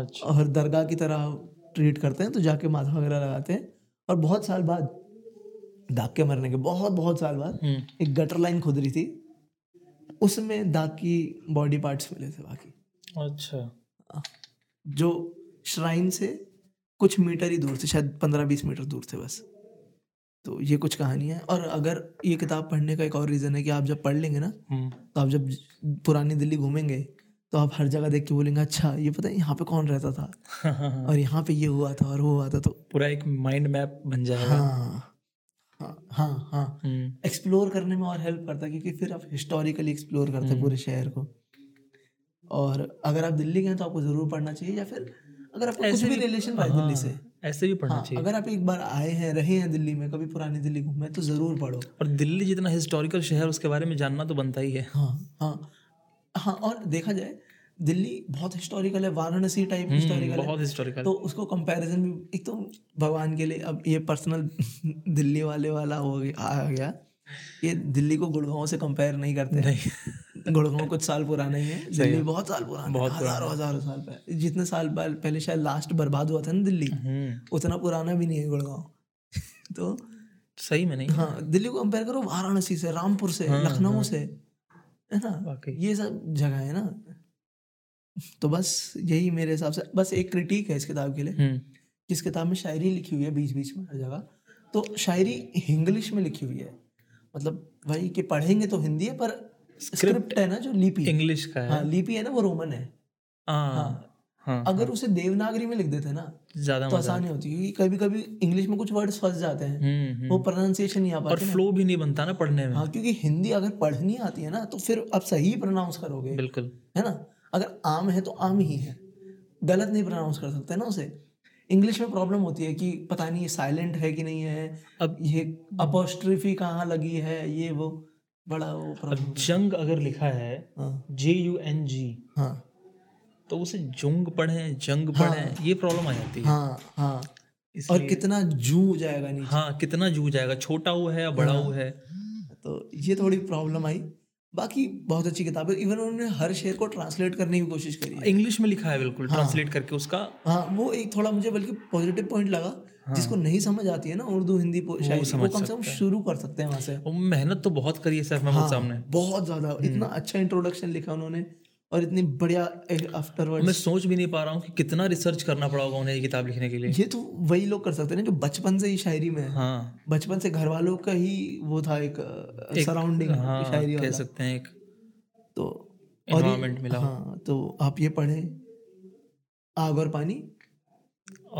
A: अच्छा
B: और दरगाह की तरह ट्रीट करते हैं तो जाके माथा वगैरह लगाते हैं और बहुत साल बाद दाग के मरने के बहुत बहुत साल बाद
A: हम्म,
B: एक गटर लाइन खुद रही थी उसमें दाग की बॉडी पार्ट्स मिले थे बाकी
A: अच्छा
B: जो श्राइन से कुछ मीटर ही दूर थे शायद पंद्रह बीस मीटर दूर थे बस तो ये कुछ कहानियाँ हैं और अगर ये किताब पढ़ने का एक और रीज़न है कि आप जब पढ़ लेंगे ना तो आप जब पुरानी दिल्ली घूमेंगे तो आप हर जगह देख के बोलेंगे अच्छा ये पता है यहाँ पे कौन रहता था और यहाँ पे ये हुआ था और वो हुआ था तो
A: हम्म। पूरा एक माइंड मैप बन जाएगा
B: हाँ हाँ हाँ हाँ
A: हम्म,
B: एक्सप्लोर करने में और हेल्प करता है क्योंकि फिर आप हिस्टोरिकली एक्सप्लोर करते
A: हम्म।
B: हैं पूरे शहर को और अगर आप दिल्ली गए तो आपको ज़रूर पढ़ना चाहिए या फिर अगर आपको कुछ
A: ऐसे
B: भी
A: भी-
B: रिलेशन पाए दिल्ली से
A: हाँ, ऐसे भी पढ़ना
B: हाँ,
A: चाहिए
B: अगर आप एक बार आए हैं रहे हैं दिल्ली में कभी पुरानी दिल्ली घूमे तो ज़रूर पढ़ो
A: और दिल्ली जितना हिस्टोरिकल शहर उसके बारे में जानना तो बनता ही है
B: हाँ हाँ हाँ और देखा जाए दिल्ली बहुत हिस्टोरिकल है वाराणसी टाइप
A: हम्म।
B: हिस्टोरिकल है
A: बहुत हिस्टोरिकल
B: तो उसको कंपैरिजन भी एक तो भगवान के लिए अब ये पर्सनल दिल्ली वाले वाला हो गया आ गया ये दिल्ली को गुड़गांव से कंपेयर नहीं करते नहीं गुड़गांव कुछ साल पुराना ही है दिल्ली बहुत साल पुराना बहुत हजारों हजारों साल पहले जितने साल पहले पहले शायद लास्ट बर्बाद हुआ था ना दिल्ली
A: हम्म,
B: उतना पुराना भी नहीं है गुड़गांव तो
A: सही में नहीं
B: हाँ दिल्ली को कंपेयर करो वाराणसी से रामपुर से लखनऊ से है ना
A: वाकई।
B: ये सब जगह है ना तो बस यही मेरे हिसाब से बस एक क्रिटिक है इस किताब के लिए
A: हम्म,
B: जिस किताब में शायरी लिखी हुई है बीच बीच में हर जगह तो शायरी इंग्लिश में लिखी हुई है मतलब वही कि पढ़ेंगे तो हिंदी है पर स्क्रिप्ट है ना जो लिपि है।
A: इंग्लिश का है
B: हाँ लिपि है ना वो रोमन है
A: हाँ हाँ
B: अगर उसे देवनागरी में लिख देते ना
A: ज्यादा
B: तो
A: मजा-
B: आसानी होती क्योंकि कभी कभी इंग्लिश में कुछ वर्ड्स फंस जाते हैं
A: हम्म, हम्म।
B: वो प्रोनाउंसिएशन नहीं आ
A: और
B: पाते ना
A: फ्लो भी नहीं बनता ना पढ़ने में
B: हाँ क्योंकि हिंदी अगर पढ़नी आती है ना तो फिर आप सही प्रोनाउंस करोगे
A: बिल्कुल
B: है ना अगर आम है तो आम ही है गलत नहीं प्रोनाउंस कर सकते ना उसे इंग्लिश में प्रॉब्लम होती है कि पता नहीं ये साइलेंट है कि नहीं है
A: अब-
B: अब ये अपोस्ट्रिफी कहाँ लगी है ये वो बड़ा वो प्रॉब्लम
A: अब जंग अगर लिखा है
B: हाँ
A: जे यू एन जी
B: हाँ
A: तो उसे जुंग पढ़े जंग पढ़े ये प्रॉब्लम आ जाती है
B: हाँ हाँ
A: इसलिए
B: और कितना जू जाएगा नीचे
A: हाँ कितना जू जाएगा छोटा हुआ है या बड़ा हुआ है
B: तो ये थोड़ी प्रॉब्लम आई बाकी बहुत अच्छी किताब है इवन उन्होंने हर शेर को ट्रांसलेट करने की कोशिश करी है
A: इंग्लिश में लिखा है बिल्कुल ट्रांसलेट करके उसका
B: हाँ वो एक थोड़ा मुझे बल्कि पॉजिटिव पॉइंट लगा जिसको नहीं समझ आती है ना उर्दू हिंदी पो- शायरी वो कम से कम शुरू कर सकते हैं वहां से
A: वो मेहनत तो बहुत करी है सर महमूद साहब ने
B: बहुत ज्यादा इतना अच्छा इंट्रोडक्शन लिखा उन्होंने और इतनी बढ़िया आफ्टरवर्ड
A: मैं सोच भी नहीं पा रहा हूँ कि कितना रिसर्च करना पड़ा होगा उन्हें ये किताब लिखने के लिए
B: ये तो वही लोग कर सकते हैं ना जो बचपन से ही शायरी में है
A: हाँ
B: बचपन से घर वालों का ही वो था एक सराउंडिंग
A: हाँ
B: शायरी
A: कह
B: वाला
A: सकते हैं एक
B: तो और ये-
A: एनवायरमेंट मिला
B: हाँ तो आप ये पढ़ें आग और पानी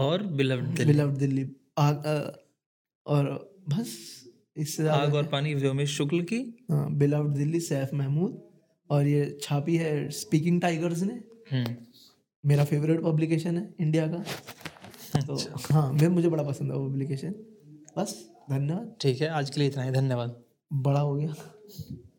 A: और बिलव्ड दिल
B: बिलव्ड दिल्ली आग अ, और बस इससे ज्यादा
A: आग और पानी व्योमेश शुक्ल की
B: बिलव्ड दिल्ली सैफ महमूद और ये छापी है स्पीकिंग टाइगर्स ने
A: हम्म
B: मेरा फेवरेट पब्लिकेशन है इंडिया का तो हाँ मैं मुझे बड़ा पसंद है वो पब्लिकेशन बस धन्यवाद
A: ठीक है आज के लिए इतना ही धन्यवाद
B: बड़ा हो गया